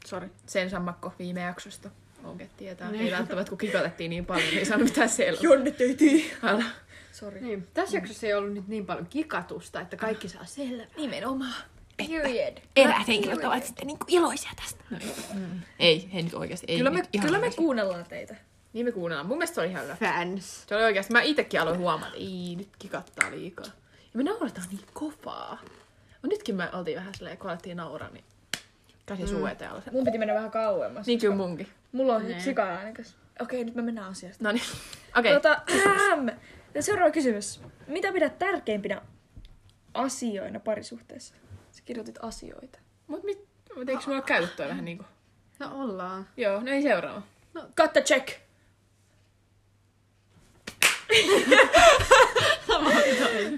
[SPEAKER 3] Sori.
[SPEAKER 2] Sen sammakko viime jaksosta. Onke tietää.
[SPEAKER 5] Niin.
[SPEAKER 2] Ei välttämättä, kun kikotettiin niin paljon, niin ei saanut mitään selvää.
[SPEAKER 3] Jonne töitiin.
[SPEAKER 2] Älä.
[SPEAKER 3] Sori.
[SPEAKER 1] Niin. Tässä jaksossa ei ollut nyt niin paljon kikatusta, että kaikki saa selvä.
[SPEAKER 2] Nimenomaan.
[SPEAKER 3] Period.
[SPEAKER 5] Eräät henkilöt ovat sitten niinku iloisia tästä.
[SPEAKER 2] No, Ei, hei nyt oikeasti. Ei,
[SPEAKER 3] Kyllä me,
[SPEAKER 2] nyt ihan
[SPEAKER 3] kyllä me
[SPEAKER 2] oikeasti.
[SPEAKER 3] kuunnellaan teitä.
[SPEAKER 2] Niin me kuunnellaan. Mun mielestä se oli ihan hyvä.
[SPEAKER 1] Fans.
[SPEAKER 2] Se oli oikeasti. Mä itekin aloin huomata, että ei, nyt kikattaa liikaa. Ja me nauretaan niin kovaa. Mut nytkin me oltiin vähän silleen, kun alettiin nauraa, niin käsi mm. suueteen alas.
[SPEAKER 3] Mun piti mennä vähän kauemmas.
[SPEAKER 2] Niin kyllä munkin.
[SPEAKER 3] Mulla on sika äänekäs. Okei, nyt me mennään asiasta.
[SPEAKER 2] No niin. Okei.
[SPEAKER 3] Okei.
[SPEAKER 2] Okay.
[SPEAKER 3] Tota, ähm, seuraava kysymys. Mitä pidät tärkeimpinä asioina parisuhteessa? Sä kirjoitit asioita.
[SPEAKER 2] Mut mit, mut eikö mulla käy toi vähän niinku?
[SPEAKER 1] No ollaan.
[SPEAKER 2] Joo, no ei seuraava.
[SPEAKER 3] Got the check!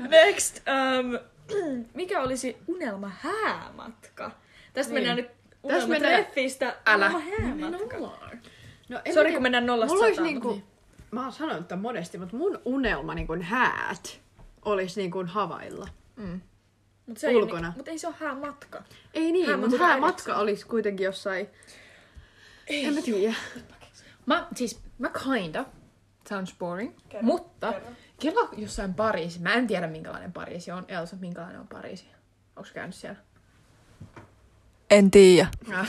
[SPEAKER 3] Next. Um, mikä olisi unelma häämatka? Tästä mennään nyt
[SPEAKER 1] Niin. Tästä mennään-
[SPEAKER 3] unelmatreffistä
[SPEAKER 2] Älä.
[SPEAKER 3] unelma häämatka.
[SPEAKER 1] No, en
[SPEAKER 3] Sori
[SPEAKER 1] mä-
[SPEAKER 3] kun mennään nollasta
[SPEAKER 1] Mulla olisi
[SPEAKER 3] sataan,
[SPEAKER 1] niinku, mä oon sanonut tämän monesti, mutta mun unelma niinku häät olisi niinku havailla.
[SPEAKER 3] Mut se ei ole
[SPEAKER 1] ulkona.
[SPEAKER 3] Niinku, mutta ei se ole häämatka.
[SPEAKER 1] Ei niin,
[SPEAKER 3] Häämatka
[SPEAKER 1] mutta hää
[SPEAKER 3] kahdeksan.
[SPEAKER 1] matka olisi kuitenkin jossain... Ei. En mä tiedä.
[SPEAKER 2] Mä, siis, mä kinda, sounds boring,
[SPEAKER 3] Kerro,
[SPEAKER 2] mutta
[SPEAKER 3] kerro.
[SPEAKER 2] kela jossain Pariisi, mä en tiedä minkälainen Pariisi on, Elsa, minkälainen on Pariisi? Onko käynyt siellä?
[SPEAKER 5] En tiedä.
[SPEAKER 2] Ah.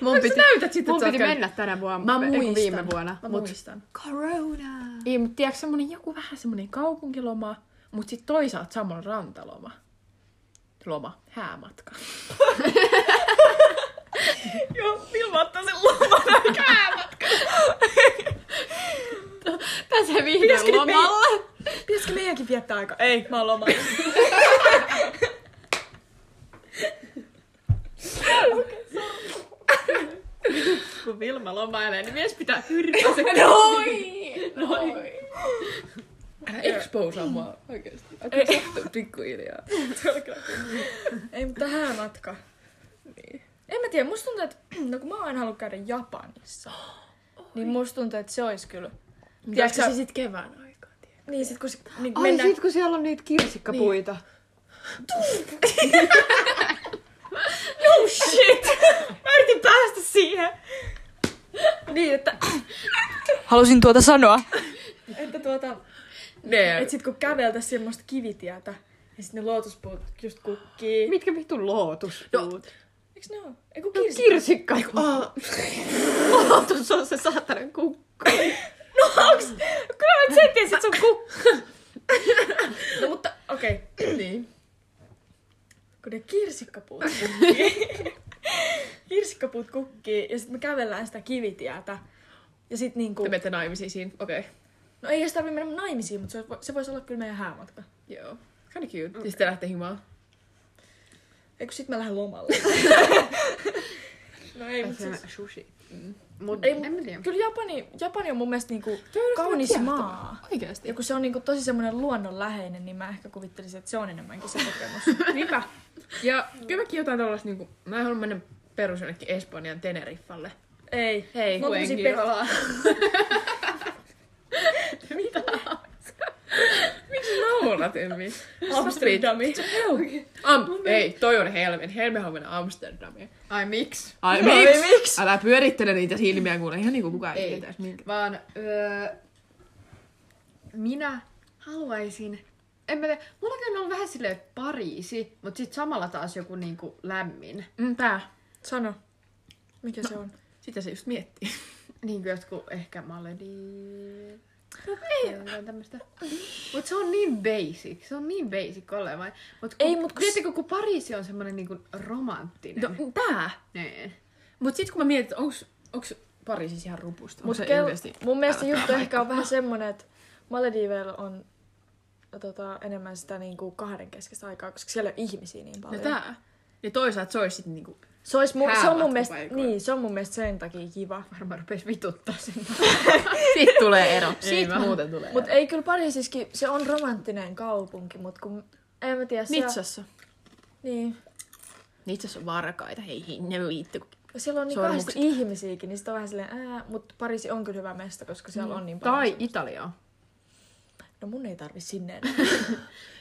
[SPEAKER 1] Mun
[SPEAKER 2] Sä näytät sitten,
[SPEAKER 1] mun
[SPEAKER 2] että sä oot
[SPEAKER 1] piti
[SPEAKER 2] käynyt-
[SPEAKER 1] mennä tänä vuonna,
[SPEAKER 2] Mä
[SPEAKER 1] ei, kun
[SPEAKER 2] muistan.
[SPEAKER 1] viime vuonna.
[SPEAKER 2] Mä
[SPEAKER 1] mut
[SPEAKER 2] muistan.
[SPEAKER 1] Corona.
[SPEAKER 2] Ei, mutta tiedätkö semmonen joku vähän semmonen kaupunkiloma, mutta sitten toisaalta samoin rantaloma. Loma, häämatka.
[SPEAKER 3] Joo, Vilma ottaa sen loman aika häämatka.
[SPEAKER 1] Pääsee vihdoin
[SPEAKER 3] Pitäisikö nyt
[SPEAKER 1] lomalle.
[SPEAKER 3] Pitäisikö meidänkin viettää aikaa? Ei, mä oon lomalla.
[SPEAKER 1] Kun Vilma lomailee, niin mies pitää hyrryä se
[SPEAKER 2] Älä exposea mua oikeesti. Okei, sattuu pikkuhiljaa.
[SPEAKER 3] Ei, mutta häämatka. Niin. En mä tiedä, musta tuntuu, että no kun mä oon aina halunnut käydä Japanissa, niin musta tuntuu, että se olisi kyllä.
[SPEAKER 2] Tiedätkö
[SPEAKER 3] sä-
[SPEAKER 2] se sit kevään aikaan? tiedä?
[SPEAKER 3] Niin sit kun se, niin
[SPEAKER 1] Ai
[SPEAKER 3] mennään...
[SPEAKER 1] sit kun siellä on niitä kirsikkapuita. Niin.
[SPEAKER 3] Oh shit! mä yritin päästä siihen! niin, että,
[SPEAKER 5] Halusin tuota sanoa.
[SPEAKER 3] että tuota,
[SPEAKER 2] Nee.
[SPEAKER 3] että sit kun käveltäis semmoista niin kivitietä, ja sit ne lootuspuut just kukkii.
[SPEAKER 1] Mitkä vittu lootuspuut?
[SPEAKER 3] Eiks ne oo? Eiku
[SPEAKER 1] No,
[SPEAKER 3] kirsi.
[SPEAKER 2] Kirsikka. Eiku, aa. Aa, tuossa on se saatanan kukko.
[SPEAKER 3] No onks? Kyllä mä nyt sen tiesin, että se on kukka. no mutta, okei. Okay.
[SPEAKER 2] Niin.
[SPEAKER 3] Kun ne kirsikkapuut kukkii. kirsikkapuut kukkii ja sitten me kävellään sitä kivitietä. Ja sit niinku...
[SPEAKER 2] Te menette naimisiin siinä. Okei. Okay.
[SPEAKER 3] No ei edes tarvi mennä naimisiin, mutta se, voi- se voisi olla kyllä meidän häämatka.
[SPEAKER 2] Joo. Kinda cute. Okay. Ja sitten lähtee himaan.
[SPEAKER 3] Eikö sit mä lähden lomalle? no ei, mutta siis...
[SPEAKER 1] sushi. Mut,
[SPEAKER 3] Ei,
[SPEAKER 1] en mä tiedä.
[SPEAKER 3] Kyllä Japani, Japani on mun mielestä niinku kaunis maa.
[SPEAKER 2] Oikeesti.
[SPEAKER 3] Ja kun se on niinku tosi semmoinen luonnonläheinen, niin mä ehkä kuvittelisin, että se on enemmänkin se kokemus.
[SPEAKER 2] Niinpä. Ja kyllä mäkin jotain tollaista niinku... Mä en halua mennä perus jonnekin Espanjan Teneriffalle.
[SPEAKER 3] ei.
[SPEAKER 2] Hei,
[SPEAKER 3] Mä oon tämmösiä
[SPEAKER 2] kuenkin.
[SPEAKER 3] per-
[SPEAKER 2] Miksi naurat, Emmi?
[SPEAKER 3] Amsterdami.
[SPEAKER 2] Am- ei, toi on helmen. Helmen on mennä Amsterdamiin.
[SPEAKER 1] Ai miksi?
[SPEAKER 2] Ai
[SPEAKER 3] No, ei miksi?
[SPEAKER 2] Älä pyörittele niitä silmiä, kuule ihan niinku kukaan
[SPEAKER 1] Ei.
[SPEAKER 2] tietäis minkä.
[SPEAKER 1] Vaan öö, minä haluaisin... En mä tiedä, mullakin on ollut vähän silleen Pariisi, mutta sitten samalla taas joku niinku lämmin.
[SPEAKER 2] Mm, tää.
[SPEAKER 3] Sano. Mikä se on?
[SPEAKER 2] Sitä se just miettii.
[SPEAKER 1] Niin kuin jotkut ehkä Malediivit. Jotain tämmöstä. Mut se on niin basic, se on niin basic olemaan. Mut kun,
[SPEAKER 3] Ei, mut kun-
[SPEAKER 1] Tiedättekö, kun Pariisi on semmonen niinku romanttinen.
[SPEAKER 2] No, tää.
[SPEAKER 1] Niin.
[SPEAKER 2] Mut sit kun mä mietin, että onks, onks Pariisis ihan rupusta? Onks
[SPEAKER 3] Mut
[SPEAKER 2] se oikeesti-
[SPEAKER 3] kel- mun mielestä juttu ehkä on vähän semmonen, että Malediiveillä on tota, enemmän sitä niinku kahdenkeskistä aikaa, koska siellä on ihmisiä niin
[SPEAKER 2] No
[SPEAKER 3] paljon.
[SPEAKER 2] tää. Ja toisaalta se olisi sit niinku...
[SPEAKER 3] se, olisi mu- se, on mun mielestä,
[SPEAKER 2] häämatkapaikoilla.
[SPEAKER 3] niin, se on mun mielestä sen takia kiva.
[SPEAKER 1] Varmaan rupes vituttaa sen.
[SPEAKER 5] Siitä tulee ero.
[SPEAKER 2] Ei
[SPEAKER 5] Siitä
[SPEAKER 2] vaan.
[SPEAKER 5] muuten tulee
[SPEAKER 3] Mutta ei kyllä Pariisiskin, se on romanttinen kaupunki, mutta kun en mä tiedä. siellä-
[SPEAKER 2] Nitsassa.
[SPEAKER 3] Niin.
[SPEAKER 5] Nitsassa on varkaita. Hei, hei, ne viitte.
[SPEAKER 2] Oh
[SPEAKER 3] Ja siellä on niin
[SPEAKER 5] Sormukset.
[SPEAKER 3] kahdesti ihmisiäkin, niin sitä on vähän silleen, ää, mutta Pariisi on kyllä hyvä mesta, koska siellä on niin paljon.
[SPEAKER 1] tai Italia.
[SPEAKER 3] No mun ei tarvi sinne.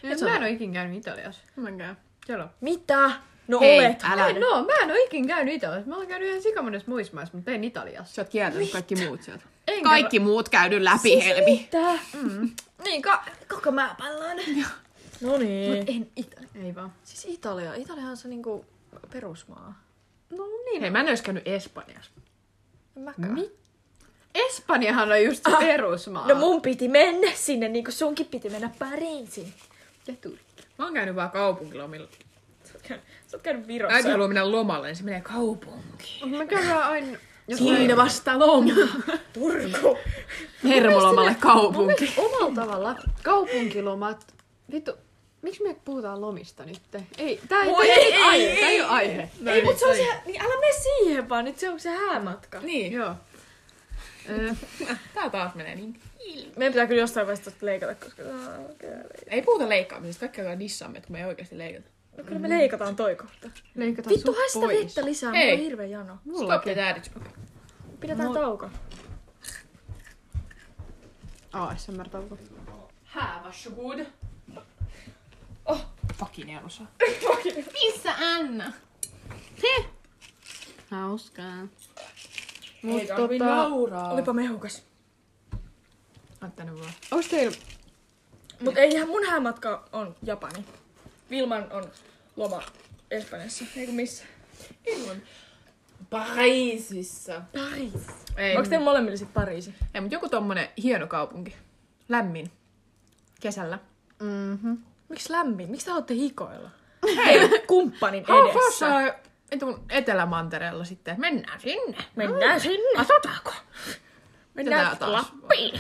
[SPEAKER 1] Nyt mä en oo ikin käynyt Italiassa.
[SPEAKER 2] Mäkään.
[SPEAKER 1] Siellä on.
[SPEAKER 3] Mitä? No
[SPEAKER 5] Hei,
[SPEAKER 3] olet.
[SPEAKER 5] älä nyt.
[SPEAKER 1] No, mä en oo ikin käynyt Italiassa. Mä oon käynyt ihan sikamonessa muissa maissa, mutta en Italiassa.
[SPEAKER 2] Sä oot kieltänyt kaikki muut sieltä.
[SPEAKER 1] Enkä
[SPEAKER 5] Kaikki muut käydy läpi, Helmi.
[SPEAKER 3] Mitä? Mm.
[SPEAKER 1] Niin, ka- koko maapallon.
[SPEAKER 3] No niin.
[SPEAKER 1] En Italia. Ei vaan.
[SPEAKER 3] Siis Italia. Italia on se niinku perusmaa.
[SPEAKER 1] No niin.
[SPEAKER 2] Hei, mä en ois käynyt Espanjassa.
[SPEAKER 3] En mäkään.
[SPEAKER 1] Espanjahan on just se perusmaa.
[SPEAKER 3] No mun piti mennä sinne, niinku sunkin piti mennä Pariisiin.
[SPEAKER 1] Ja Turkki.
[SPEAKER 2] Mä oon käynyt vaan kaupunkilomilla.
[SPEAKER 3] Sä oot käynyt Virossa.
[SPEAKER 2] Äiti haluaa mennä lomalle, niin se menee kaupunkiin.
[SPEAKER 1] Mä käyn vaan aina... Jos
[SPEAKER 5] Siinä vasta loma.
[SPEAKER 3] Turku.
[SPEAKER 5] Hermolomalle kaupunki.
[SPEAKER 1] Omalla tavalla kaupunkilomat... Vittu, miksi me puhutaan lomista nyt? Ei, tää ei,
[SPEAKER 3] Voi
[SPEAKER 1] tää ei,
[SPEAKER 3] ei,
[SPEAKER 1] nyt aihe,
[SPEAKER 3] ei,
[SPEAKER 1] tää ei,
[SPEAKER 3] ei.
[SPEAKER 1] ole aihe.
[SPEAKER 3] ei, mut se on se, niin älä mene siihen vaan, nyt se on se häämatka.
[SPEAKER 2] Niin.
[SPEAKER 1] Joo. Ö,
[SPEAKER 2] Tää taas menee niin.
[SPEAKER 3] Meidän pitää kyllä jostain vaiheesta tosta leikata, koska... Aa, okei.
[SPEAKER 2] Ei puhuta leikkaamisesta, kaikki alkaa dissaamme, että kun me ei oikeasti leikata.
[SPEAKER 3] No kyllä me leikataan toi kohta.
[SPEAKER 1] Leikataan
[SPEAKER 3] Vittu, hae
[SPEAKER 1] sut
[SPEAKER 3] sitä
[SPEAKER 1] pois.
[SPEAKER 3] vettä lisää,
[SPEAKER 2] Hei.
[SPEAKER 3] mulla on hirveä jano.
[SPEAKER 2] Stop the
[SPEAKER 1] Mullakin.
[SPEAKER 2] daddy joke.
[SPEAKER 3] Pidetään tauko.
[SPEAKER 1] ASMR-tauko.
[SPEAKER 2] Have a good. Oh, fucking ei osaa.
[SPEAKER 5] Missä Anna?
[SPEAKER 1] Hauskaa.
[SPEAKER 2] Mut
[SPEAKER 1] Ei tarvi tota-
[SPEAKER 2] nauraa.
[SPEAKER 3] Olipa mehukas.
[SPEAKER 2] Antanut vaan.
[SPEAKER 1] Onks teillä...
[SPEAKER 3] Mut ei ihan mun häämatka on Japani. Vilman on loma Espanjassa. Eikö missä?
[SPEAKER 2] Pariisissa.
[SPEAKER 3] Pariisi.
[SPEAKER 2] Ei,
[SPEAKER 3] Onko teillä molemmille sit Pariisi?
[SPEAKER 2] ei mutta joku tommonen hieno kaupunki. Lämmin. Kesällä.
[SPEAKER 1] Mhm.
[SPEAKER 3] Miksi lämmin? Miksi te haluatte hikoilla?
[SPEAKER 2] Hei,
[SPEAKER 3] Kumppanin
[SPEAKER 2] onko
[SPEAKER 3] edessä.
[SPEAKER 2] etun etelämantereella sitten? Mennään sinne.
[SPEAKER 3] Mennään sinne.
[SPEAKER 2] Katsotaanko?
[SPEAKER 3] Mennään
[SPEAKER 2] Tätä taas
[SPEAKER 3] Lappiin.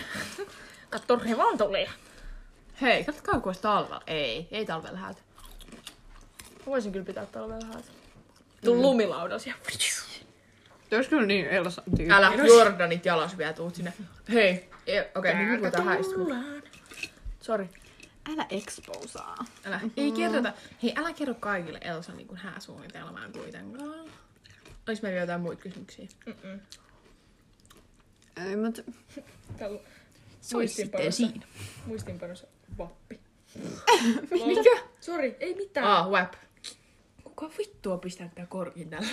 [SPEAKER 3] Katso revontulia.
[SPEAKER 2] Hei, katsokaa kuin talvella. Ei, ei talvella häältä.
[SPEAKER 3] Mä voisin kyllä pitää talvella haat. Tuu lumilaudalla siellä.
[SPEAKER 1] Ois kyllä niin Elsa tyyppi.
[SPEAKER 2] Älä Jordanit jalas vielä tuut sinne. Hei, e- okei, okay, niin puhutaan häistä.
[SPEAKER 3] Sori.
[SPEAKER 1] Älä exposaa.
[SPEAKER 2] Älä, ei kerrota. Hei, älä kerro kaikille Elsa niin kuin hääsuunnitelmaa kuitenkaan. Olis meillä jotain muita kysymyksiä?
[SPEAKER 1] Ei, mut...
[SPEAKER 3] Täällä on
[SPEAKER 5] Se olisi sitten siinä.
[SPEAKER 3] muistiinpanossa vappi.
[SPEAKER 2] Mikä?
[SPEAKER 3] Sori, ei mitään.
[SPEAKER 2] Ah, web. Kuka vittu on pistänyt tää korkin tällä?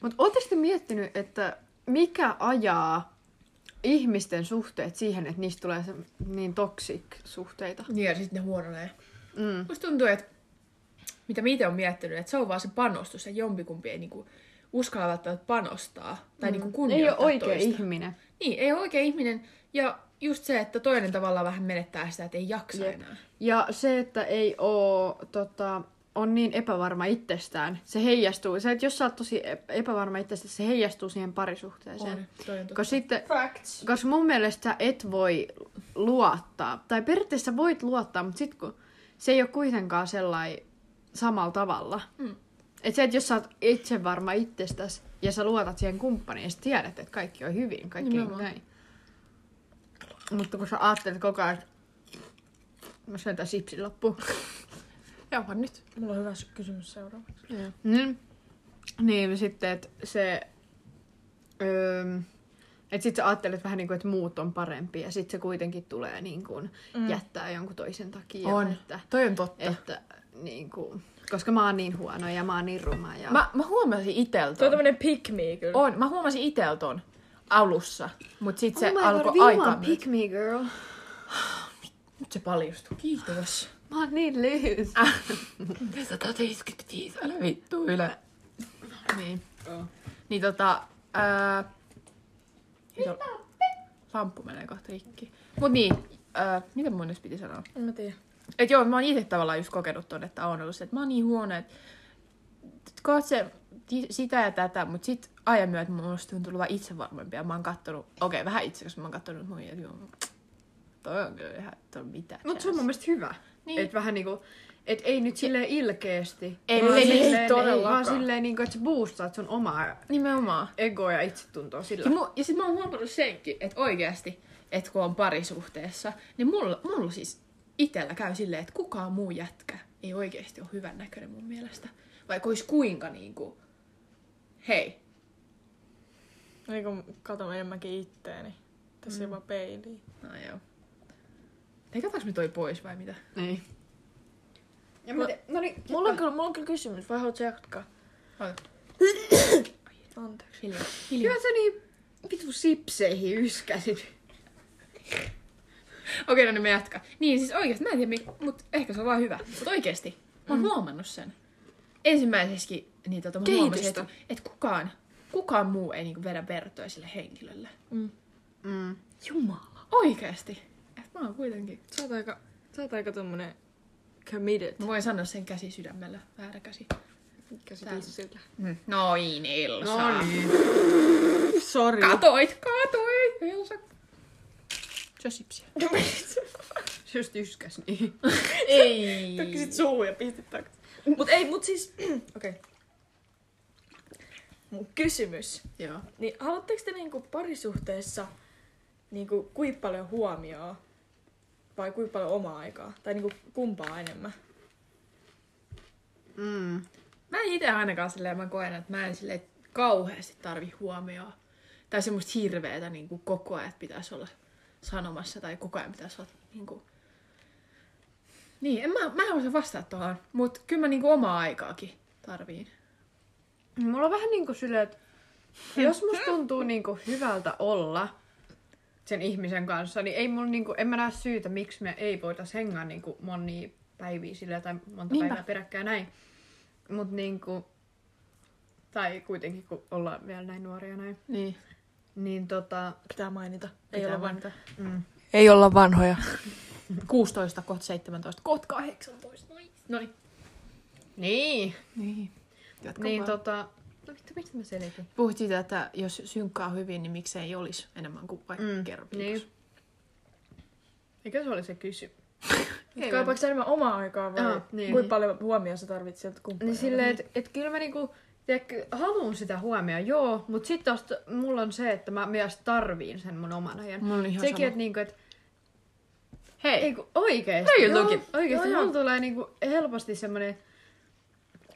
[SPEAKER 1] Mut ootteko te miettinyt, että mikä ajaa ihmisten suhteet siihen, että niistä tulee se, niin toksik suhteita?
[SPEAKER 2] Niin, ja sit ne huononee.
[SPEAKER 1] Mm.
[SPEAKER 2] Musta tuntuu, että
[SPEAKER 6] mitä mä itse olen miettinyt, että se on vaan se panostus, että jompikumpi ei niinku uskalla välttämättä panostaa tai mm. niinku
[SPEAKER 1] Ei ole
[SPEAKER 6] kunnioittaa
[SPEAKER 1] oikea
[SPEAKER 6] toista.
[SPEAKER 1] ihminen.
[SPEAKER 6] Niin, ei ole oikea ihminen. Ja just se, että toinen tavallaan vähän menettää sitä, että ei jaksa
[SPEAKER 1] Jep.
[SPEAKER 6] Jep. enää.
[SPEAKER 1] Ja se, että ei oo, tota, on niin epävarma itsestään, se heijastuu. Se, että jos sä oot tosi ep- epävarma itsestäsi, se heijastuu siihen parisuhteeseen.
[SPEAKER 6] On, toi on totta.
[SPEAKER 1] Koska sitten,
[SPEAKER 3] Facts.
[SPEAKER 1] koska mun mielestä sä et voi luottaa, tai periaatteessa sä voit luottaa, mutta sit kun se ei ole kuitenkaan sellainen samalla tavalla. Mm. Et se, että jos sä oot itse varma itsestäsi ja sä luotat siihen kumppaniin ja sä tiedät, että kaikki on hyvin, kaikki on
[SPEAKER 6] Nimenomaan.
[SPEAKER 1] näin. Mutta kun sä ajattelet koko ajan, että mä syön tää sipsin loppuun.
[SPEAKER 6] Jauha nyt.
[SPEAKER 3] Mulla on hyvä kysymys seuraavaksi.
[SPEAKER 1] Niin, niin sitten, että se... Öö, että sit sä ajattelet vähän niin kuin, että muut on parempi ja sit se kuitenkin tulee niin kuin mm. jättää jonkun toisen takia.
[SPEAKER 6] On.
[SPEAKER 1] Että,
[SPEAKER 6] Toi on totta.
[SPEAKER 1] että niin kuin, koska mä oon niin huono ja mä oon niin ruma ja...
[SPEAKER 2] Mä, mä huomasin iteltä.
[SPEAKER 3] Tuo on tämmönen pick me kyllä.
[SPEAKER 2] On, mä huomasin itel ton alussa, mut sit se
[SPEAKER 1] my
[SPEAKER 2] oh
[SPEAKER 1] god,
[SPEAKER 2] alkoi
[SPEAKER 1] Vilma,
[SPEAKER 2] aikaa myöten.
[SPEAKER 1] pick me girl.
[SPEAKER 6] Nyt se paljastuu. Kiitos.
[SPEAKER 1] Mä oon niin lyhyt.
[SPEAKER 2] Tässä 175, älä vittu yle. Niin. Niin tota, ää, Mitä? Lamppu menee kohta rikki. Mut niin, ää, mitä mun nyt piti sanoa?
[SPEAKER 3] En mä tiedä.
[SPEAKER 2] Et joo, mä oon itse tavallaan just kokenut ton, että on ollut se, että mä oon niin huono, että koot se ti- sitä ja tätä, mut sit ajan myötä musta on tullut vaan itsevarmempi ja mä oon kattonut, okei okay, vähän itse, koska mä oon kattonut mun ja joo, toi on kyllä ihan, toi on mitään.
[SPEAKER 1] Mut se on mun mielestä hyvä. Niin.
[SPEAKER 2] Niin.
[SPEAKER 1] Että vähän niinku, et ei nyt silleen ilkeesti.
[SPEAKER 2] Ei,
[SPEAKER 1] vaan
[SPEAKER 2] ei, ei
[SPEAKER 1] silleen- Vaan
[SPEAKER 3] todellakaan.
[SPEAKER 1] silleen niinku, että sä boostaat sun omaa
[SPEAKER 2] Nimenomaan.
[SPEAKER 1] egoa ja itsetuntoa sillä.
[SPEAKER 2] Ja, mu- ja sit mä oon huomannut senkin, että oikeasti, että kun on parisuhteessa, niin mulla, mulla siis itellä käy silleen, että kukaan muu jätkä ei oikeasti ole hyvän näköinen mun mielestä. Vaikka olisi kuinka niinku, hei,
[SPEAKER 3] Niin kun katon enemmänkin itteeni. Tässä mm. vaan peiliin.
[SPEAKER 2] no joo. Leikataanko me toi pois vai mitä?
[SPEAKER 1] Niin. Ja mä, te- no niin,
[SPEAKER 3] Mulla on, kyllä, mulla on kyllä kysymys, vai haluatko jatkaa?
[SPEAKER 2] Ota.
[SPEAKER 3] Anteeksi.
[SPEAKER 2] Hiljaa.
[SPEAKER 1] Kyllä sä niin vitu sipseihin yskäsit.
[SPEAKER 2] Okei, no niin me jatkaa. Niin siis oikeasti, mä en tiedä, mik- mut ehkä se on vaan hyvä. Mut oikeasti, mä oon mm. huomannut sen. Ensimmäiseksi, niin tota, mä huomasin,
[SPEAKER 3] Kehitystä.
[SPEAKER 2] että et kukaan, kukaan muu ei niinku vedä vertoja sille henkilölle.
[SPEAKER 1] Mm.
[SPEAKER 2] Jumala. Oikeesti. Et mä oon kuitenkin.
[SPEAKER 3] Sä oot aika, sä oot aika tommonen committed.
[SPEAKER 2] Mä voin sanoa sen käsi sydämellä. Väärä käsi.
[SPEAKER 3] Käsitysillä.
[SPEAKER 2] Mm. Noin, Elsa. No niin.
[SPEAKER 1] Sori.
[SPEAKER 2] Katoit, katoit, Elsa. Se on sipsiä.
[SPEAKER 3] No,
[SPEAKER 1] Se just yskäs niin.
[SPEAKER 2] Ei.
[SPEAKER 3] Tökkisit suuhun ja pistit takaisin. Mut ei, mut siis... Okei. Okay. Mun kysymys.
[SPEAKER 2] Joo.
[SPEAKER 3] Niin haluatteko te niinku parisuhteessa niinku kuinka paljon huomioon vai kuinka paljon omaa aikaa? Tai niinku kumpaa enemmän?
[SPEAKER 1] Mm.
[SPEAKER 2] Mä en ite ainakaan silleen, mä koen, että mä en silleen kauheasti tarvi huomioon. Tai semmoista hirveetä niin kuin koko ajan pitäisi olla sanomassa tai koko ajan pitäisi olla niin kuin... Niin, en mä, mä en osaa vastata tuohon, mutta kyllä mä niin kuin omaa aikaakin tarviin.
[SPEAKER 1] Mulla on vähän niinku silleen, että jos musta tuntuu niinku hyvältä olla sen ihmisen kanssa, niin ei mulla niinku, en mä näe syytä, miksi me ei voitais hengaa niinku monia päiviä sillä tai monta Niinpä.
[SPEAKER 2] Niinpä.
[SPEAKER 1] päivää peräkkäin näin. Mut niinku, tai kuitenkin kun ollaan vielä näin nuoria näin,
[SPEAKER 2] Niin.
[SPEAKER 1] niin tota,
[SPEAKER 3] Pitää mainita. Ei
[SPEAKER 1] pitää
[SPEAKER 3] olla vanhoja.
[SPEAKER 1] mainita. Mm.
[SPEAKER 3] Ei olla vanhoja.
[SPEAKER 2] 16, kohta 17, kohta 18. No niin.
[SPEAKER 1] Niin,
[SPEAKER 6] Niin. Jatka
[SPEAKER 1] niin
[SPEAKER 6] niin, to-
[SPEAKER 1] tota, no vittu, mistä mä selitin?
[SPEAKER 6] Puhuit siitä, että jos synkkaa hyvin, niin miksei olisi enemmän kuin vaikka
[SPEAKER 1] Mm,
[SPEAKER 6] mm. kerran
[SPEAKER 1] niin.
[SPEAKER 6] viikossa.
[SPEAKER 1] Eikö se oli se kysy?
[SPEAKER 6] Ei
[SPEAKER 3] Kaipaatko sä Niin, enemmän omaa aikaa vai
[SPEAKER 1] Aa,
[SPEAKER 3] Aa,
[SPEAKER 1] niin.
[SPEAKER 3] niin, kuinka paljon huomioon sä tarvit sieltä
[SPEAKER 1] Niin
[SPEAKER 3] kumppanilta?
[SPEAKER 1] silleen, että et kyllä mä niinku, tiedätkö, haluun sitä huomioon, joo, mutta sitten taas t- mulla on se, että mä myös tarviin sen mun oman ajan.
[SPEAKER 6] Mulla on ihan
[SPEAKER 1] Sekin,
[SPEAKER 6] sama.
[SPEAKER 1] että niinku, et,
[SPEAKER 2] Hei.
[SPEAKER 1] ei kun oikeesti.
[SPEAKER 2] Hei, lookin.
[SPEAKER 1] Oikeesti,
[SPEAKER 3] Joo,
[SPEAKER 1] mulla
[SPEAKER 3] joo.
[SPEAKER 1] tulee niinku helposti semmonen,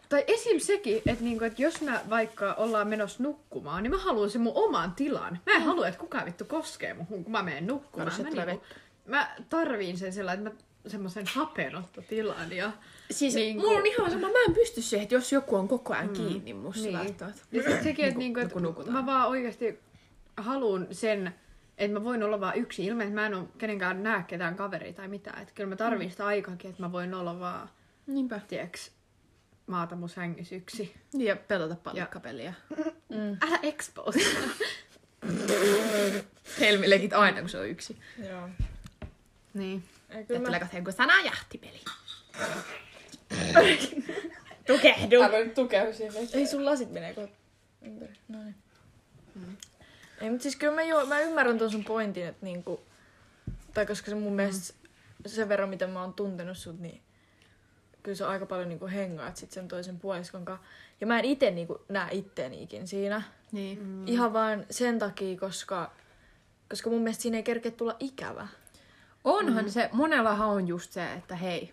[SPEAKER 1] tai esim. sekin, että niinku, et jos mä vaikka ollaan menossa nukkumaan, niin mä haluan sen mun oman tilan. Mä en halua, että kukaan vittu koskee muhun, kun mä menen nukkumaan.
[SPEAKER 2] Kato, se
[SPEAKER 1] Mä,
[SPEAKER 2] tulee
[SPEAKER 1] niinku, mä tarviin sen sellainen, että mä semmoisen hapenottotilan ja...
[SPEAKER 2] Siis
[SPEAKER 1] Niin
[SPEAKER 2] niin
[SPEAKER 1] kuin-
[SPEAKER 2] mulla on ihan sama, mä en pysty siihen, että jos joku on koko ajan mm. kiinni musta
[SPEAKER 1] Niin.
[SPEAKER 2] niin. välttämättä.
[SPEAKER 1] Ja sit sekin, että
[SPEAKER 2] Nuku-
[SPEAKER 1] niinku, et
[SPEAKER 2] nuku- nukutaan.
[SPEAKER 1] mä vaan oikeasti haluan sen, että mä voin olla vaan yksi ilman, että mä en ole kenenkään näe Mm. ketään kaveria tai mitään. Että kyllä mä tarvitsen sitä aikaakin, että mä voin olla vaan,
[SPEAKER 2] Niinpä.
[SPEAKER 1] tieks, maata mun sängyssä yksi.
[SPEAKER 2] Ja pelata palikkapeliä.
[SPEAKER 1] Älä expose.
[SPEAKER 2] Helmileikit aina, kun se on yksi.
[SPEAKER 3] Joo.
[SPEAKER 1] niin.
[SPEAKER 3] Ei, kyllä
[SPEAKER 2] Ja
[SPEAKER 3] mä...
[SPEAKER 2] tulee kohta joku sana jahtipeli.
[SPEAKER 3] Tukehdu! Älä nyt tukehdu siihen. Ei sun lasit menee kohta ympäri. No niin. Ei, mutta siis kyllä mä, jo, mä ymmärrän ton sun pointin, että niinku... Tai koska se mun mielestä sen verran, mitä mä oon tuntenut sut, niin kyllä se aika paljon niinku hengaat sit sen toisen puoliskon kanssa. Ja mä en itse niinku näe itteeni ikin siinä.
[SPEAKER 2] Niin. Mm.
[SPEAKER 3] Mm. Ihan vaan sen takia, koska, koska mun mielestä siinä ei kerkeä tulla ikävä.
[SPEAKER 2] Onhan mm. se, monellahan on just se, että hei,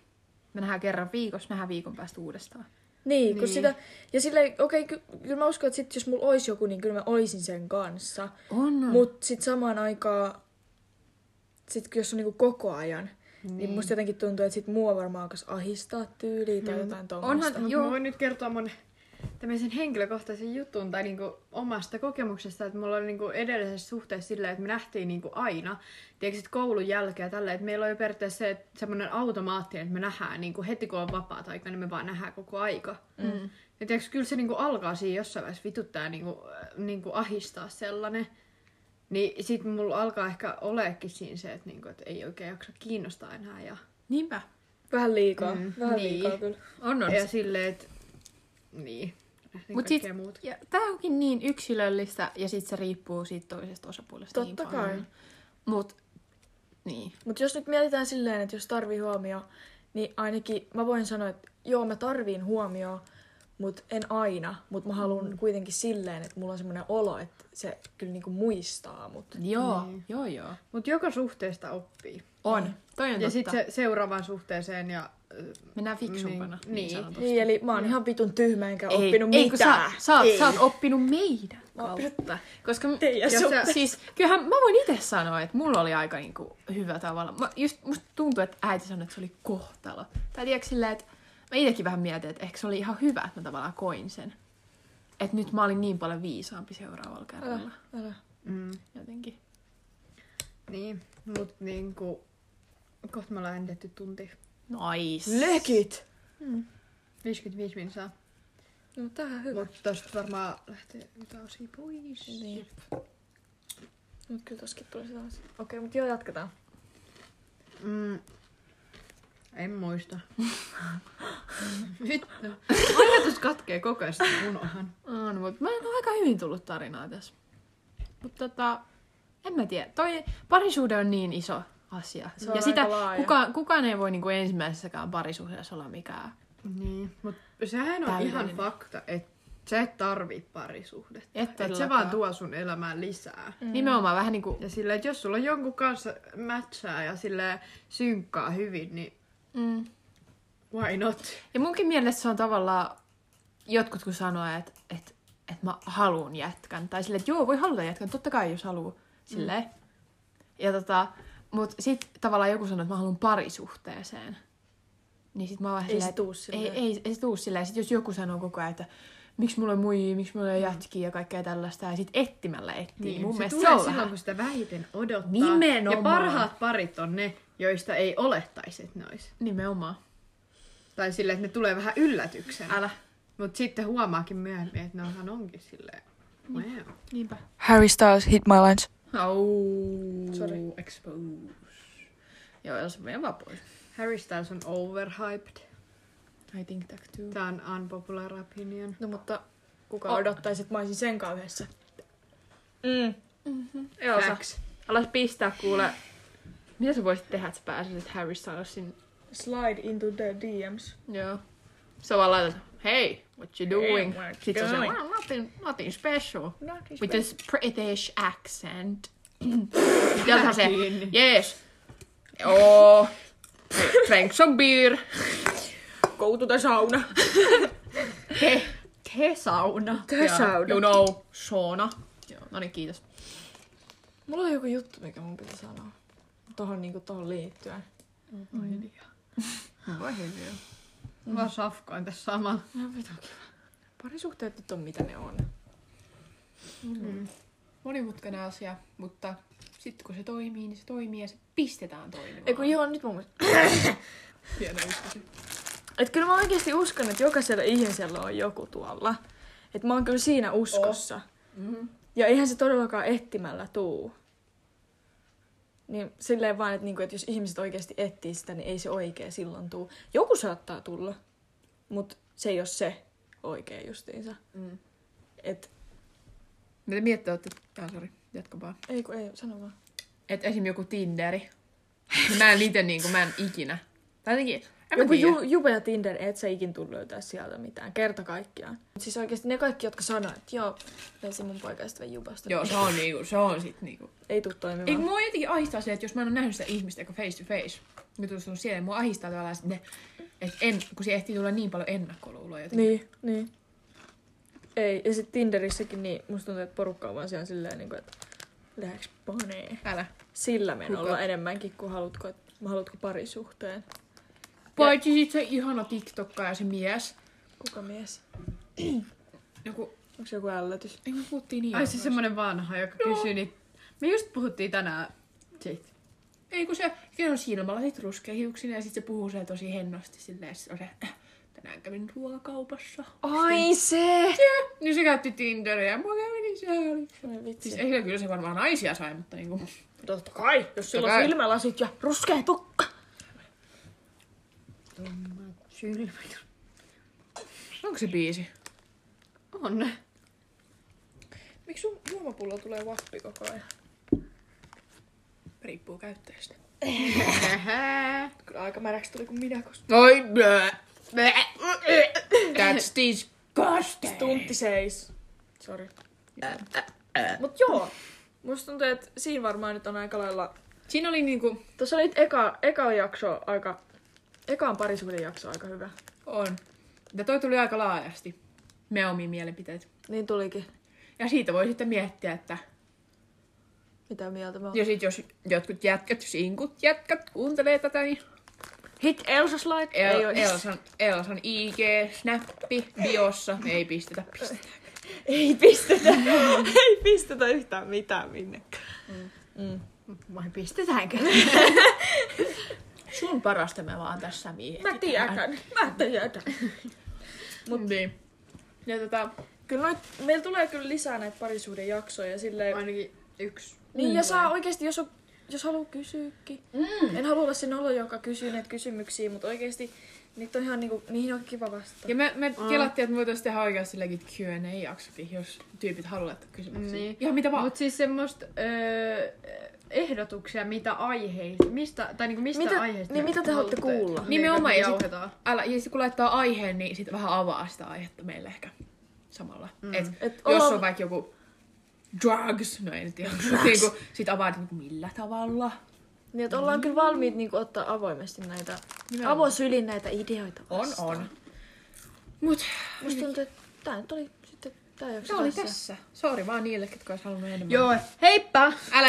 [SPEAKER 2] me nähdään kerran viikossa, nähdään viikon päästä uudestaan.
[SPEAKER 3] Niin, kun sitä, ja silleen, okei, okay, ky- kyllä mä uskon, että sit, jos mulla olisi joku, niin kyllä mä oisin sen kanssa.
[SPEAKER 2] On,
[SPEAKER 3] Mm. Mut sit samaan aikaan, sit kun jos on niinku koko ajan, niin. niin musta jotenkin tuntuu, että sit mua varmaan alkaisi ahistaa tyyliä tai mm. jotain tommosta.
[SPEAKER 2] Onhan,
[SPEAKER 1] Joo.
[SPEAKER 2] joo,
[SPEAKER 1] Mä voin nyt kertoa mun tämmöisen henkilökohtaisen jutun tai niinku omasta kokemuksesta, että mulla oli niinku edellisessä suhteessa silleen, että me nähtiin niinku aina, tiedätkö, että koulun jälkeen tällä, että meillä oli periaatteessa se, että semmoinen automaattinen, että me nähdään niinku heti kun on vapaata aikaa, niin me vaan nähdään koko aika. Mm. Ja tiedätkö, kyllä se niinku alkaa siinä jossain vaiheessa vituttaa niinku, äh, niinku ahistaa sellainen. Niin sit mulla alkaa ehkä oleekin siinä se, että, niinku, että ei oikein jaksa kiinnostaa enää ja
[SPEAKER 2] niinpä.
[SPEAKER 3] Vähän liikaa,
[SPEAKER 1] Mm,
[SPEAKER 3] mm. vähän
[SPEAKER 1] niin.
[SPEAKER 3] niin. liikaa kyllä.
[SPEAKER 2] On, on.
[SPEAKER 1] ja silleen, että niin.
[SPEAKER 2] Mut sit, ja, tää onkin niin yksilöllistä ja sit se riippuu siitä toisesta osapuolesta niin
[SPEAKER 3] Totta
[SPEAKER 2] paljon.
[SPEAKER 3] kai.
[SPEAKER 2] Mut, niin.
[SPEAKER 3] Mutta jos nyt mietitään silleen, että jos tarvii huomioon, niin ainakin mä voin sanoa, että joo, mä tarviin huomioon, mutta en aina. Mutta mä haluan mm. kuitenkin silleen, että mulla on semmoinen olo, että se kyllä niinku muistaa mut.
[SPEAKER 2] Joo, joo, joo.
[SPEAKER 1] Mutta joka suhteesta oppii.
[SPEAKER 2] On. Toi on
[SPEAKER 1] Ja
[SPEAKER 2] totta.
[SPEAKER 1] sitten se seuraavaan suhteeseen ja...
[SPEAKER 2] Mennään fiksumpana.
[SPEAKER 1] Niin, niin.
[SPEAKER 2] sanotusti.
[SPEAKER 3] Niin, eli mä oon ihan vitun tyhmä, enkä
[SPEAKER 2] Mm. Ei,
[SPEAKER 3] oppinut
[SPEAKER 2] ei, kun sä,
[SPEAKER 3] mitään.
[SPEAKER 2] sä, oot, sä oot oppinut meidän kautta. Koska m-
[SPEAKER 3] Teidän
[SPEAKER 2] jos sä,
[SPEAKER 3] suhteesta.
[SPEAKER 2] siis, kyllähän mä voin itse sanoa, että mulla oli aika niinku hyvä tavalla. Mä, just, musta tuntuu, että äiti sanoi, että se oli kohtalo. Tai tiedätkö silleen, että mä itsekin vähän mietin, että ehkä se oli ihan hyvä, että mä tavallaan koin sen. Että nyt mä olin niin paljon viisaampi seuraavalla kerralla.
[SPEAKER 3] Älä, älä.
[SPEAKER 1] Mm,
[SPEAKER 2] Jotenkin.
[SPEAKER 1] niin, mut niinku... Kohta me ollaan äänitetty tunti.
[SPEAKER 2] Nice.
[SPEAKER 3] Lökit!
[SPEAKER 1] 55 minsaa.
[SPEAKER 3] No tää on hyvä.
[SPEAKER 1] Mut tosta varmaan lähtee jotain osia pois.
[SPEAKER 3] Niin. Mut kyllä toskin tuli sitä asiaa. Okei, mut joo, jatketaan.
[SPEAKER 1] Mm, en muista. Vittu. Ajatus katkee koko ajan, sitä unohan.
[SPEAKER 2] On, mutta mä en ole aika hyvin tullut tarinaa tässä. Mutta tota, en mä tiedä. Toi parisuhde on niin iso asia.
[SPEAKER 3] Se on
[SPEAKER 2] ja sitä
[SPEAKER 3] aika laaja.
[SPEAKER 2] kuka, kukaan ei voi niinku ensimmäisessäkään parisuhteessa olla mikään.
[SPEAKER 1] Niin, mut sehän on ihan
[SPEAKER 2] Täydellinen.
[SPEAKER 1] fakta, että sä et tarvii parisuhdetta.
[SPEAKER 2] Et
[SPEAKER 1] Et se vaan
[SPEAKER 2] todellakaan.
[SPEAKER 1] tuo sun elämään lisää.
[SPEAKER 2] Mm. Nimenomaan vähän niinku...
[SPEAKER 1] Ja silleen, että jos sulla on jonkun kanssa matchaa ja sille synkkaa hyvin, niin
[SPEAKER 2] Mm.
[SPEAKER 1] why not?
[SPEAKER 2] Ja munkin mielestä se on tavallaan... Jotkut kun sanoo, että et, et mä haluun jätkän. Tai silleen, että joo, voi haluta jätkän. Totta kai, jos haluu. Silleen. Mm. Ja tota... Mut sit tavallaan joku sanoo, että mä haluan parisuhteeseen. Niin sit mä oon vähän
[SPEAKER 3] Ei
[SPEAKER 2] silleen,
[SPEAKER 3] se
[SPEAKER 2] että-
[SPEAKER 3] tuu silleen.
[SPEAKER 2] Ei, ei, ei se tuu silleen. Sit jos joku sanoo koko ajan, että miksi mulla on muijia, miksi mulla on jätkiä ja kaikkea tällaista. Ja sit etsimällä etsii. Niin, Mun
[SPEAKER 1] se
[SPEAKER 2] mielestä se
[SPEAKER 1] tulee
[SPEAKER 2] on
[SPEAKER 1] silloin,
[SPEAKER 2] vähän...
[SPEAKER 1] kun sitä vähiten odottaa.
[SPEAKER 2] Nimenomaan.
[SPEAKER 1] Ja parhaat parit on ne, joista ei olettaisi, että ne olisi.
[SPEAKER 2] Nimenomaan.
[SPEAKER 1] Tai silleen, että ne tulee vähän yllätyksenä.
[SPEAKER 2] Älä.
[SPEAKER 1] Mut sitten huomaakin myöhemmin, että nohan onkin silleen.
[SPEAKER 2] Niin.
[SPEAKER 1] Wow.
[SPEAKER 2] Niinpä.
[SPEAKER 3] Harry Styles, Hit My Lines.
[SPEAKER 2] Au.
[SPEAKER 1] Sorry.
[SPEAKER 2] Expose. Joo, jos menee vaan pois.
[SPEAKER 1] Harry Styles on overhyped.
[SPEAKER 2] I think that too.
[SPEAKER 1] Tää on unpopular opinion.
[SPEAKER 3] No mutta kuka
[SPEAKER 2] Oh.
[SPEAKER 3] oh. odottaisi, että mä olisin sen kanssa yhdessä? Mm.
[SPEAKER 2] Joo, sä
[SPEAKER 1] Facts.
[SPEAKER 2] alas pistää kuule. Mitä sä voisit tehdä, että sä pääsisit Harry Stylesin?
[SPEAKER 3] Slide into the DMs.
[SPEAKER 2] Joo. Sä vaan laitat, hei, what you doing?
[SPEAKER 3] what you
[SPEAKER 2] Sit sä sanoit,
[SPEAKER 3] doing?
[SPEAKER 2] well, nothing, nothing special.
[SPEAKER 3] Nothing
[SPEAKER 2] With this British accent. Ja sä se, yes. Oh, drink some beer.
[SPEAKER 3] Go to the sauna.
[SPEAKER 1] Tesauna.
[SPEAKER 2] Ja, You know, sauna. Joo, no niin, kiitos.
[SPEAKER 3] Mulla oli joku juttu, mikä mun piti sanoa. Tohon, niinku, tohon liittyen.
[SPEAKER 2] niin. Voi hyvin.
[SPEAKER 1] Mä vaan safkaan tässä samalla.
[SPEAKER 3] No vitokin. Parisuhteet nyt on mitä ne on.
[SPEAKER 2] Mm. monimutkainen asia, mutta sitten kun se toimii, niin se toimii ja se pistetään toimimaan.
[SPEAKER 3] Ei kun joo, nyt mun mielestä.
[SPEAKER 2] Pienä uskoisin.
[SPEAKER 3] Et kyllä mä oikeasti uskon, että jokaisella ihmisellä on joku tuolla. Et mä oon kyllä siinä uskossa. Mm-hmm. Ja eihän se todellakaan etsimällä tuu. Niin silleen vaan, että, niinku, että jos ihmiset oikeasti etsii sitä, niin ei se oikea silloin tuu. Joku saattaa tulla, mutta se ei ole se oikea justiinsa.
[SPEAKER 1] Mm.
[SPEAKER 3] Et,
[SPEAKER 2] Mitä miettä olette? Ah, sori, jatka vaan.
[SPEAKER 3] ei kun ei, sano vaan.
[SPEAKER 2] Että esim. joku Tinderi. Niin mä en niitä niinku, mä en ikinä. Tai jotenkin, en mä
[SPEAKER 3] Joku
[SPEAKER 2] tiedä.
[SPEAKER 3] ju, Jube ja Tinder, et sä ikin tuu löytää sieltä mitään, kerta kaikkiaan. Mut siis oikeesti ne kaikki, jotka sanoo, että joo, löysin mun poikaystävän Jubasta,
[SPEAKER 2] Joo,
[SPEAKER 3] niin
[SPEAKER 2] se on niinku, se on sit niinku.
[SPEAKER 3] ei tuu
[SPEAKER 2] Eikö
[SPEAKER 3] toimimaan.
[SPEAKER 2] mua jotenkin ahistaa se, että jos mä en ole nähnyt sitä ihmistä joka face to face, niin nyt on siellä, mua ahistaa tavallaan sitten ne, että en, kun siihen ehtii tulla niin paljon ennakkoluuloja jotenkin.
[SPEAKER 3] Niin, niin. Ei, ja sit Tinderissäkin, niin musta tuntuu, että porukka on vaan siellä silleen, niin kuin, että lähdeks panee.
[SPEAKER 2] Älä.
[SPEAKER 3] Sillä menolla
[SPEAKER 2] Kuka?
[SPEAKER 3] enemmänkin, kuin haluatko, et- haluatko parisuhteen.
[SPEAKER 2] Paitsi sit se ihana TikTokka ja se mies.
[SPEAKER 3] Kuka mies?
[SPEAKER 2] Joku,
[SPEAKER 3] Onko se joku ällötys?
[SPEAKER 2] ei me puhuttiin niin.
[SPEAKER 1] Ai siis semmonen vanha, joka
[SPEAKER 2] Joo.
[SPEAKER 1] kysyy, niin me just puhuttiin tänään siitä.
[SPEAKER 2] Ei kun se, se on silmälasit ruskeahiuksina ja sitten se puhuu se tosi hennosti silleen, että se on se, "Äh, tänään kävin ruokakaupassa.
[SPEAKER 3] Ai se!
[SPEAKER 2] Niin se käytti Tinderiä ja mua kävi niin se
[SPEAKER 3] Voi vitsi.
[SPEAKER 2] Siis ehkä kyllä se varmaan naisia sai, mutta niinku...
[SPEAKER 3] Totta kai, jos
[SPEAKER 2] sulla on kai.
[SPEAKER 3] silmälasit ja ruskea tukka.
[SPEAKER 1] Sylmät.
[SPEAKER 2] Onko se biisi?
[SPEAKER 1] On.
[SPEAKER 2] Miksi sun juomapullo tulee vappi koko ajan? Riippuu käyttäjästä.
[SPEAKER 3] Kyllä aika märäksi tuli kuin minä, kun
[SPEAKER 2] Oi, bleh. Bleh. That's disgusting.
[SPEAKER 3] Tunti seis. Sori. Mut joo, musta tuntuu, että siinä varmaan nyt on aika lailla...
[SPEAKER 2] Siinä oli niinku...
[SPEAKER 3] Tuossa oli nyt eka, eka jakso aika... Eka on parisuuden jakso aika hyvä.
[SPEAKER 2] On. Ja toi tuli aika laajasti. Me omiin mielipiteet.
[SPEAKER 3] Niin tulikin.
[SPEAKER 2] Ja siitä voi sitten miettiä, että
[SPEAKER 3] Mitä mieltä mä oon?
[SPEAKER 2] ja sit jos jotkut jätkät, sinkut jätkät kuuntelee tätä, niin
[SPEAKER 3] Hit Elsa Slide.
[SPEAKER 2] El-
[SPEAKER 3] ei
[SPEAKER 2] ei
[SPEAKER 3] oikeesti.
[SPEAKER 2] Elsan, Elsan IG, Snappi, biossa, ei pistetä, pistetä.
[SPEAKER 3] Ei pistetä. ei pistetä yhtään mitään minnekään. Mm.
[SPEAKER 1] Vai pistetäänkö?
[SPEAKER 2] Sun parasta me vaan tässä mietin.
[SPEAKER 3] Mä tiedän. Mä tiedän.
[SPEAKER 2] Mut niin. Ja tota,
[SPEAKER 3] Kyllä noit, meillä tulee kyllä lisää näitä parisuuden jaksoja ja silleen...
[SPEAKER 1] Ainakin yksi.
[SPEAKER 3] Niin, ja saa oikeasti, jos, on, jos haluaa kysyäkin. Mm. En halua olla se nolo, joka kysyy näitä kysymyksiä, mutta oikeasti niitä on ihan niinku, niihin on kiva vastata.
[SPEAKER 2] ja me, me kelattiin, että me voitaisiin tehdä oikeasti legit Q&A-jaksokin, jos tyypit haluaa laittaa kysymyksiä.
[SPEAKER 1] Niin.
[SPEAKER 2] Ihan mitä vaan.
[SPEAKER 1] Mut siis semmoista öö, ehdotuksia, mitä aiheista, mistä, tai niinku mistä
[SPEAKER 3] Mitä-
[SPEAKER 1] aiheista
[SPEAKER 3] niin
[SPEAKER 1] me
[SPEAKER 3] mitä te haluatte
[SPEAKER 1] haluatte.
[SPEAKER 3] kuulla?
[SPEAKER 1] Niin,
[SPEAKER 2] Nimenomaan,
[SPEAKER 1] että
[SPEAKER 2] ja
[SPEAKER 1] me
[SPEAKER 2] sit-
[SPEAKER 1] jauhetaan.
[SPEAKER 2] Älä, ja sitten kun laittaa aiheen, niin sitten vähän avaa sitä aihetta meille ehkä samalla. Mm. Et,
[SPEAKER 3] Et
[SPEAKER 2] Et jos
[SPEAKER 3] ollaan-
[SPEAKER 2] on vaikka joku drugs, no ei nyt ihan, mutta niinku, sit avaat niinku millä tavalla.
[SPEAKER 3] Niin, että
[SPEAKER 2] Mm.
[SPEAKER 3] ollaan kyllä valmiit niinku ottaa avoimesti näitä,
[SPEAKER 2] Nimenomaan.
[SPEAKER 3] avosylin näitä ideoita
[SPEAKER 2] On,
[SPEAKER 3] vastaan.
[SPEAKER 2] on. Mut
[SPEAKER 3] Musta tuntuu, että tää nyt oli sitten tää jakso
[SPEAKER 2] se oli tässä. Sori vaan niille, ketkä olisi halunnut enemmän.
[SPEAKER 1] Joo, heippa!
[SPEAKER 2] Älä